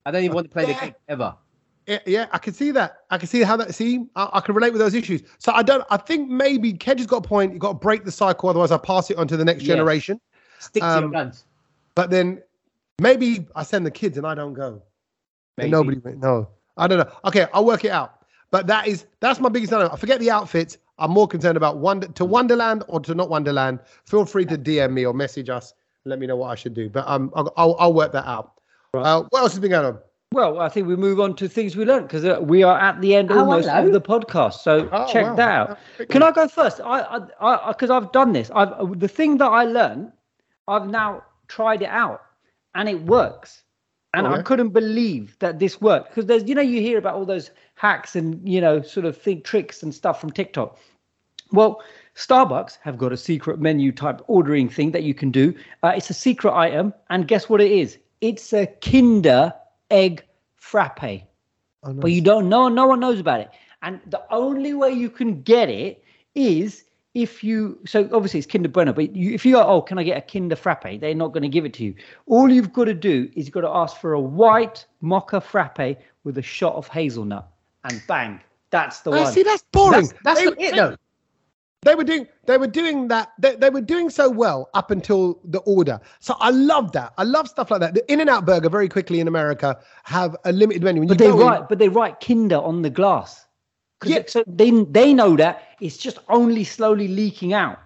S3: I don't even want to play
S1: Yeah.
S3: the game ever.
S1: Yeah, yeah, I can see that. I can see how that. See, I, I can relate with those issues. So I don't. I think maybe Kedge has got a point. You got to break the cycle, otherwise I pass it on to the next
S2: Yes.
S1: generation.
S3: Stick to
S1: Um,
S3: your guns.
S1: But then maybe I send the kids and I don't go.
S3: Maybe.
S1: And nobody went, no. I don't know. Okay, I'll work it out. But that is that's my biggest dilemma. I forget the outfits. I'm more concerned about wonder to Wonderland or to not Wonderland. Feel free to DM me or message us. And let me know what I should do. But um, I'll I'll, I'll work that out. Uh, what else has been going on?
S2: Well, I think we move on to things we learned because uh, we are at the end
S3: Oh,
S2: almost
S3: hello.
S2: of the podcast. So
S1: Oh,
S2: check
S1: wow.
S2: that out. Can I go first? I, I, because I've done this. I've uh, the thing that I learned, I've now tried it out, and it works. And
S1: Oh,
S2: I
S1: yeah.
S2: couldn't believe that this worked because there's, you know, you hear about all those hacks and you know, sort of think tricks and stuff from TikTok. Well, Starbucks have got a secret menu type ordering thing that you can do. Uh, it's a secret item, and guess what it is? It's a Kinder egg frappe,
S1: Oh, no.
S2: but you don't know. No one knows about it, and the only way you can get it is if you. So obviously it's Kinder Bueno, but you, if you go, oh, can I get a Kinder frappe? They're not going to give it to you. All you've got to do is you've got to ask for a white mocha frappe with a shot of hazelnut, and bang, that's the
S1: Ah,
S2: one.
S1: see, that's boring.
S3: That's, that's
S1: they,
S3: not it though.
S1: they were doing they were doing that they, they were doing so well up until the order so i love that i love stuff like that the in and out burger very quickly in america have a limited menu When
S2: But
S1: you
S2: they
S1: go in-
S2: write, but they write Kinder on the glass. 'Cause
S1: Yeah.
S2: it- so they they know that it's just only slowly leaking out.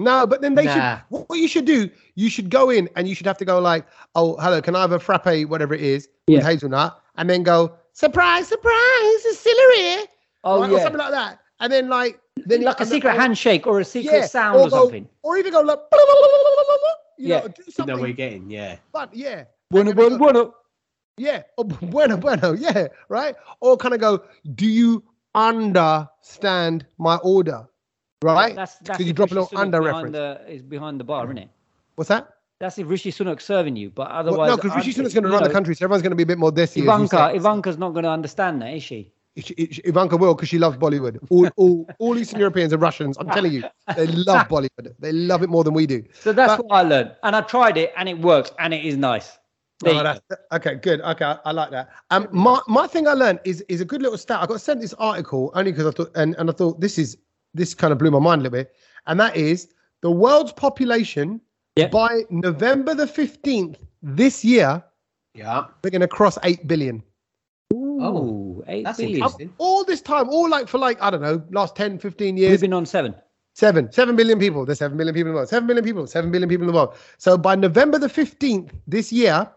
S1: No, but then they
S3: Nah.
S1: should. What what you should do, you should go in and you should have to go like, "Oh, hello, can I have a frappe, whatever it is, with
S2: Yeah.
S1: hazelnut?" And then go, "Surprise, surprise, it's Cilla here,"
S2: Oh
S1: right, or something like that. And then like, then
S2: Then like a
S1: and
S2: secret
S1: then-
S2: handshake or a secret
S1: yeah,
S2: sound or,
S1: go-
S2: something.
S1: or even go like, *laughs* blah, blah, blah, blah, blah, blah, blah, you
S2: Yeah.
S1: know, do
S3: You know
S1: something
S3: we're getting yeah.
S1: fun, yeah.
S2: Bueno,
S1: And then they
S2: bueno,
S1: go-
S2: bueno.
S1: yeah, oh, *laughs* bueno, bueno, yeah, right? Or kind of go, do you understand my order? Right?
S2: That's that's
S1: Could you
S2: the
S1: drop a little
S2: Christian Sumit
S1: under
S2: behind
S1: reference?
S2: The, is behind the bar, isn't it?
S1: What's that?
S2: That's if Rishi Sunak serving you. But otherwise,
S1: Well, no, because
S2: I-
S1: Rishi Sunak's going to
S2: you
S1: run the
S2: know,
S1: country, so everyone's going to be a bit more desi. as you
S2: Ivanka,
S1: said.
S2: Ivanka's not going to understand that, is she?
S1: Ish- Ish- Ivanka will because she loves Bollywood.
S2: *laughs*
S1: All, all, all Eastern Europeans and Russians, I'm telling you, they love Bollywood. They love it more than we do.
S2: So that's
S1: But-
S2: what I learned, and I tried it, and it works, and it is nice. There
S1: Oh,
S2: you
S1: that's, okay, good. Okay, I, I like that. Um, my, my thing I learned is is a good little stat. I got sent this article only because I thought and, and I thought this is this kind of blew my mind a little bit, and that is the world's population
S2: Yeah.
S1: by November the fifteenth this year
S3: Yeah.
S1: they're going to cross eight billion.
S2: go. Ooh, eight
S3: That's
S2: billion.
S3: interesting.
S1: All this time, all like for like I don't know, last 10, 15
S2: We've
S1: years,
S2: been on seven.
S1: Seven, seven billion people. There's seven billion people in the world. Seven billion people. Seven billion people in the world. So by November the fifteenth this year,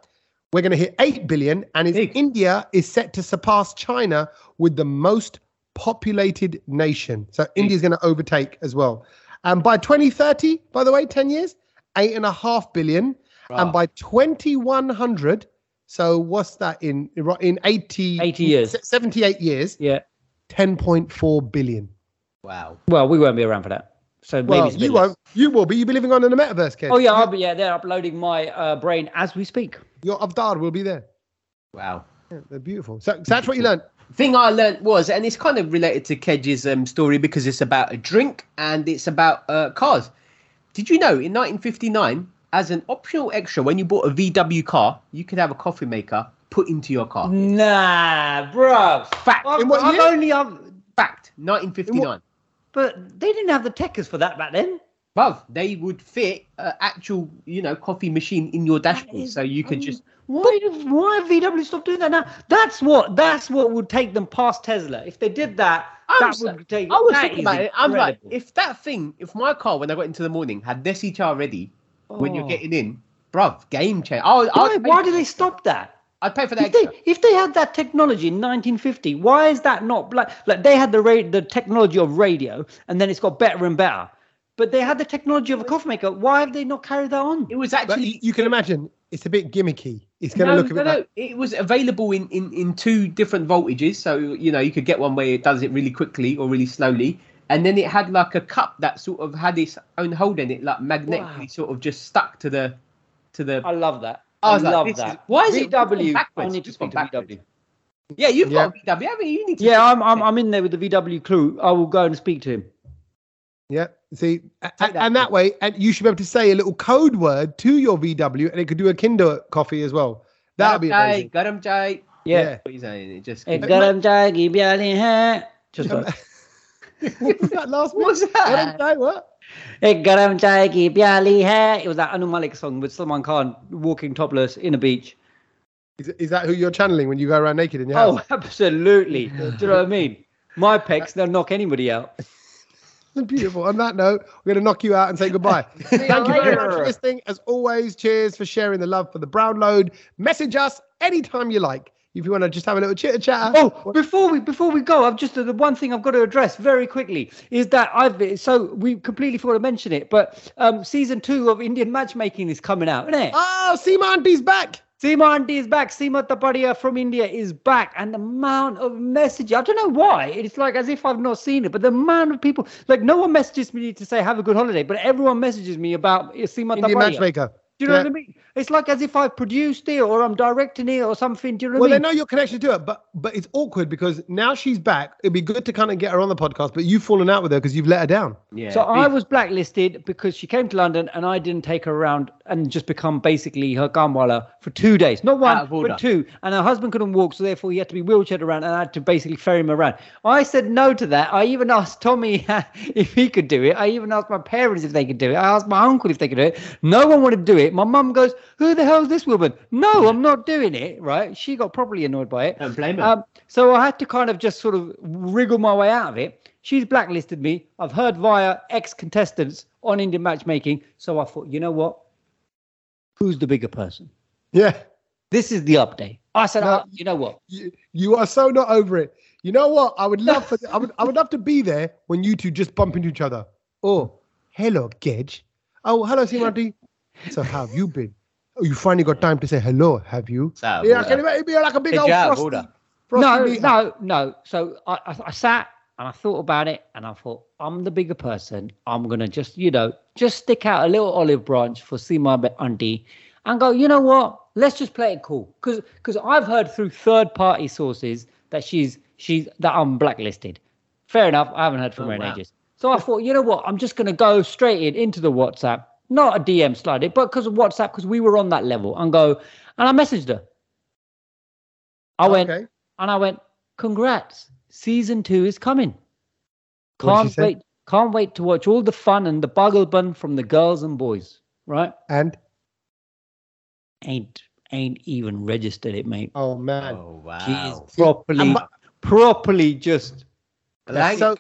S1: we're going to hit eight billion, and it's,
S3: Big.
S1: India is set to surpass China with the most populated nation. So India's going to overtake as well. And by 2030, by the way, ten years, eight and a half billion, and
S3: Right.
S1: by 2100. So what's that in in 80
S2: 80 years.
S1: 78 years,
S2: Yeah.
S1: 10.4 billion.
S3: Wow.
S2: Well, we won't be around for that. So maybe
S1: Well,
S2: it's a bit
S1: you
S2: less.
S1: won't. You will, but you'll be living on in the metaverse, kid.
S2: Oh yeah, I'll be, yeah. They're uploading my uh, brain as we speak.
S1: Your avatar will be there.
S3: Wow.
S1: Yeah, they're beautiful. So, so that's what you learned.
S3: thing I learnt was, and it's kind of related to Kedge's um, story because it's about a drink and it's about uh, cars. Did you know in 1959, as an optional extra, when you bought a VW car, you could have a coffee maker put into your car?
S2: Nah, bro.
S3: Fact.
S2: I'm,
S1: In what
S2: I'm
S1: year?
S2: only on,
S3: Fact. 1959.
S2: but they didn't have the techers for that back then.
S3: Bruv, they would fit an actual, you know, coffee machine in your dashboard, so you could just.
S2: Why do- why have VW stopped doing that now? That's what that's what would take them past Tesla. If they did that,
S3: I'm
S2: that
S3: so-
S2: would take.
S3: I was
S2: that
S3: thinking
S2: is
S3: about it. I'm like,
S2: incredible.
S3: if that thing, if my car when I got into the morning had this HR ready when you're
S2: Oh.
S3: getting in, bruv, game changer. I'll,
S2: why,
S3: I'll pay-
S2: why did they stop that?
S3: I'd pay for that.
S2: If they
S3: extra.
S2: if they had that technology in 1950, why is that not like like they had the ra- the technology of radio, and then it's got better and better. But they had the technology of a coffee maker. Why have they not carried that on?
S3: It was
S1: But
S3: actually
S1: you, you can imagine it's a bit gimmicky. It's going to look a bit. like,
S3: It was available in, in, in two different voltages. So, you know, you could get one where it does it really quickly or really slowly. And then it had like a cup that sort of had its own hold in it, like magnetically
S2: Wow.
S3: sort of just stuck to the to the
S2: I love that.
S3: I
S2: I,
S3: was like,
S2: love
S3: this is-
S2: that.
S3: why is it
S2: VW?
S3: gone backwards?
S2: I need to
S3: It's
S2: speak
S3: gone
S2: to VW.
S3: Yeah, you've
S1: Yeah.
S3: got a VW, haven't you? You need to
S2: Yeah, I'm, I'm I'm in there with the VW crew. I will go and speak to him.
S1: yeah. See, a-
S3: Take that.
S1: and that way, and you should be able to say a little code word to your VW, and it could do a Kinder coffee as well. That would be
S3: Garam
S1: amazing.
S3: chai, Garam chai.
S2: Yeah.
S3: What are you saying? It just
S2: Hey,
S3: *laughs*
S2: garam chai ki pyali hai. Just like,
S1: *laughs* *laughs* what was that last
S3: What
S1: one?
S3: was that?
S1: Garam chai, what?
S2: hey, garam chai ki pyali hai. It was that Anu Malik song with Salman Khan walking topless in a beach.
S1: Is, is that who you're channeling when you go around naked in your
S2: Oh, *laughs*
S1: house?
S2: absolutely. Do you know what I mean? My pecs, they'll knock anybody out.
S1: Beautiful. On that note, we're going to knock you out and say
S2: *laughs*
S1: goodbye. Thank you very much for listening. As always, cheers for sharing the love for the Brown Load. Message us anytime you like. If you want to just have a little chitter chatter.
S2: Oh, before we before we go, I've just the one thing I've got to address very quickly is that I've so we completely forgot to mention it, but um, season two of Indian Matchmaking is coming out, isn't it?
S1: oh, Seema Auntie's back.
S2: Seema Auntie is back. Seema Tapadia from India is back. And the amount of messages, I don't know why. It's like as if I've not seen it, but the amount of people, like no one messages me to say have a good holiday, but everyone messages me about Seema
S1: Indian
S2: Tapadia.
S1: matchmaker.
S2: Do you know
S1: Yeah.
S2: what I mean? It's like as if I've produced it or I'm directing it or something. Do you know
S1: Well,
S2: what I
S1: they
S2: mean?
S1: know your connection to her, but but it's awkward because now she's back. It'd be good to kind of get her on the podcast, but you've fallen out with her because you've let her down.
S3: Yeah,
S2: So I
S3: big-
S2: was blacklisted because she came to London and I didn't take her around and just become basically her gunwala for two days. Not
S3: Out
S2: one,
S3: of order.
S2: but two. And her husband couldn't walk, so therefore he had to be wheelchaired around and I had to basically ferry him around. I said no to that. I even asked Tommy *laughs* if he could do it. I even asked my parents if they could do it. I asked my uncle if they could do it. No one wanted to do it. My mum goes, Who the hell is this woman? No, I'm not doing it. Right? She got properly annoyed by it.
S3: Don't blame her.
S2: Um, so I had to kind of just sort of wriggle my way out of it. She's blacklisted me. I've heard via ex contestants on Indian matchmaking. So I thought, you know what? Who's the bigger person?
S1: Yeah.
S2: This is the update. I said,
S1: No.
S2: "Ah, you know what?
S1: You, you are so not over it. You know what? I would love for I would I would love to be there when you two just bump into each other. Oh, hello, Gedge. Oh, hello, Seema Auntie. So how have you been? Oh, you finally got time to say hello, have you?
S3: It's out of
S1: Yeah,
S3: order.
S1: can you imagine? It'd be like a big
S3: It's
S1: old
S3: out of
S1: frosty,
S3: order.
S1: frosty
S2: no,
S1: meetup.
S2: no, no. So I, I, I sat, And I thought about it and I thought, I'm the bigger person. I'm going to just, you know, just stick out a little olive branch for Sima Auntie and go, you know what? Let's just play it cool. Because because I've heard through third party sources that she's she's that I'm blacklisted. Fair enough. I haven't heard from
S3: Oh,
S2: her in
S3: wow.
S2: ages. So I thought, you know what? I'm just going to go straight in into the WhatsApp, not a DM slide it, but because of WhatsApp, because we were on that level and go, and I messaged her. I went,
S1: Okay.
S2: and I went, "Congrats! Season two is coming.
S1: What did she
S2: Can't
S1: say?
S2: wait! Can't wait to watch all the fun and the buggle bun from the girls and boys. Right?
S1: And
S2: Ain't ain't even registered it, mate.
S1: oh man,
S3: Oh wow.
S2: She is properly,
S1: I'm-
S2: properly just.
S3: Blank.
S1: so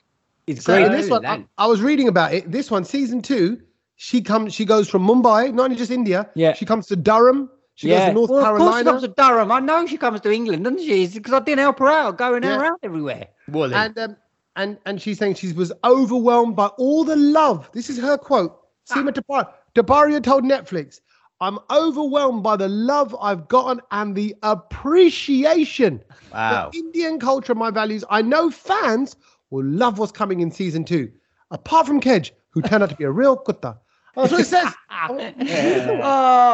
S2: It's
S1: So
S2: great.
S1: in this one, I,
S3: Land.
S1: I was reading about it. This one, season two, she comes. She goes from Mumbai, not only just India.
S2: Yeah.
S1: She comes to Durham. She goes to North
S2: Well, Of course she
S1: Carolina.
S2: comes to Durham. I know she comes to England, doesn't she? Because I didn't help her out, going
S1: Yeah.
S2: around everywhere.
S3: Wally.
S1: and um, and and she's saying she was overwhelmed by all the love. This is her quote. Seema Tabar- Tabaria told Netflix, "I'm overwhelmed by the love I've gotten and the appreciation
S3: wow.
S1: for Indian culture, and my values. I know fans will love what's coming in season two. Apart from Kedge, who turned out to be a real kutta." That's what it says.
S2: *laughs* Oh,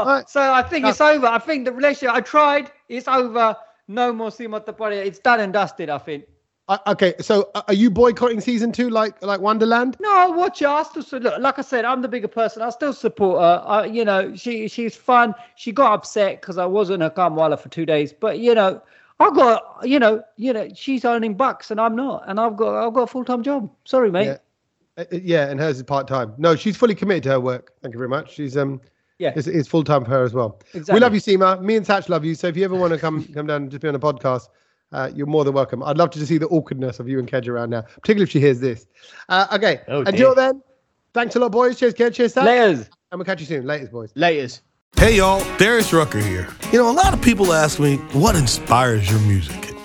S1: Right.
S2: so I think
S1: No.
S2: it's over. I think the relationship. I tried. It's over. No more Sima Taparia. It's done and dusted. I think.
S1: Uh, okay, so uh, are you boycotting season two like like Wonderland?
S2: No, I watch her. I still su- look. Like I said, I'm the bigger person. I still support her. I, you know, she she's fun. She got upset because I wasn't her Kamwala for two days. But you know, I got you know you know she's earning bucks and I'm not, and I've got I've got a full time job. Sorry, mate.
S1: Yeah. Uh, uh, yeah, and hers is part time. No, she's fully committed to her work. Thank you very much. She's um
S2: Yeah.
S1: it's, it's full time for her as well.
S2: Exactly.
S1: We love you, Seema. Me and Satch love you. So if you ever want to come come down and just be on the podcast, uh, you're more than welcome. I'd love to just see the awkwardness of you and Kedge around now, particularly if she hears this. Uh, okay,
S3: Oh,
S1: until
S3: dear.
S1: then, thanks a lot, boys. Cheers, Kedge. Cheers, Satch.
S2: Layers.
S1: And we'll catch you soon. Latest, boys.
S3: Laters.
S4: Hey y'all, Darius Rucker here. You know, a lot of people ask me, what inspires your music?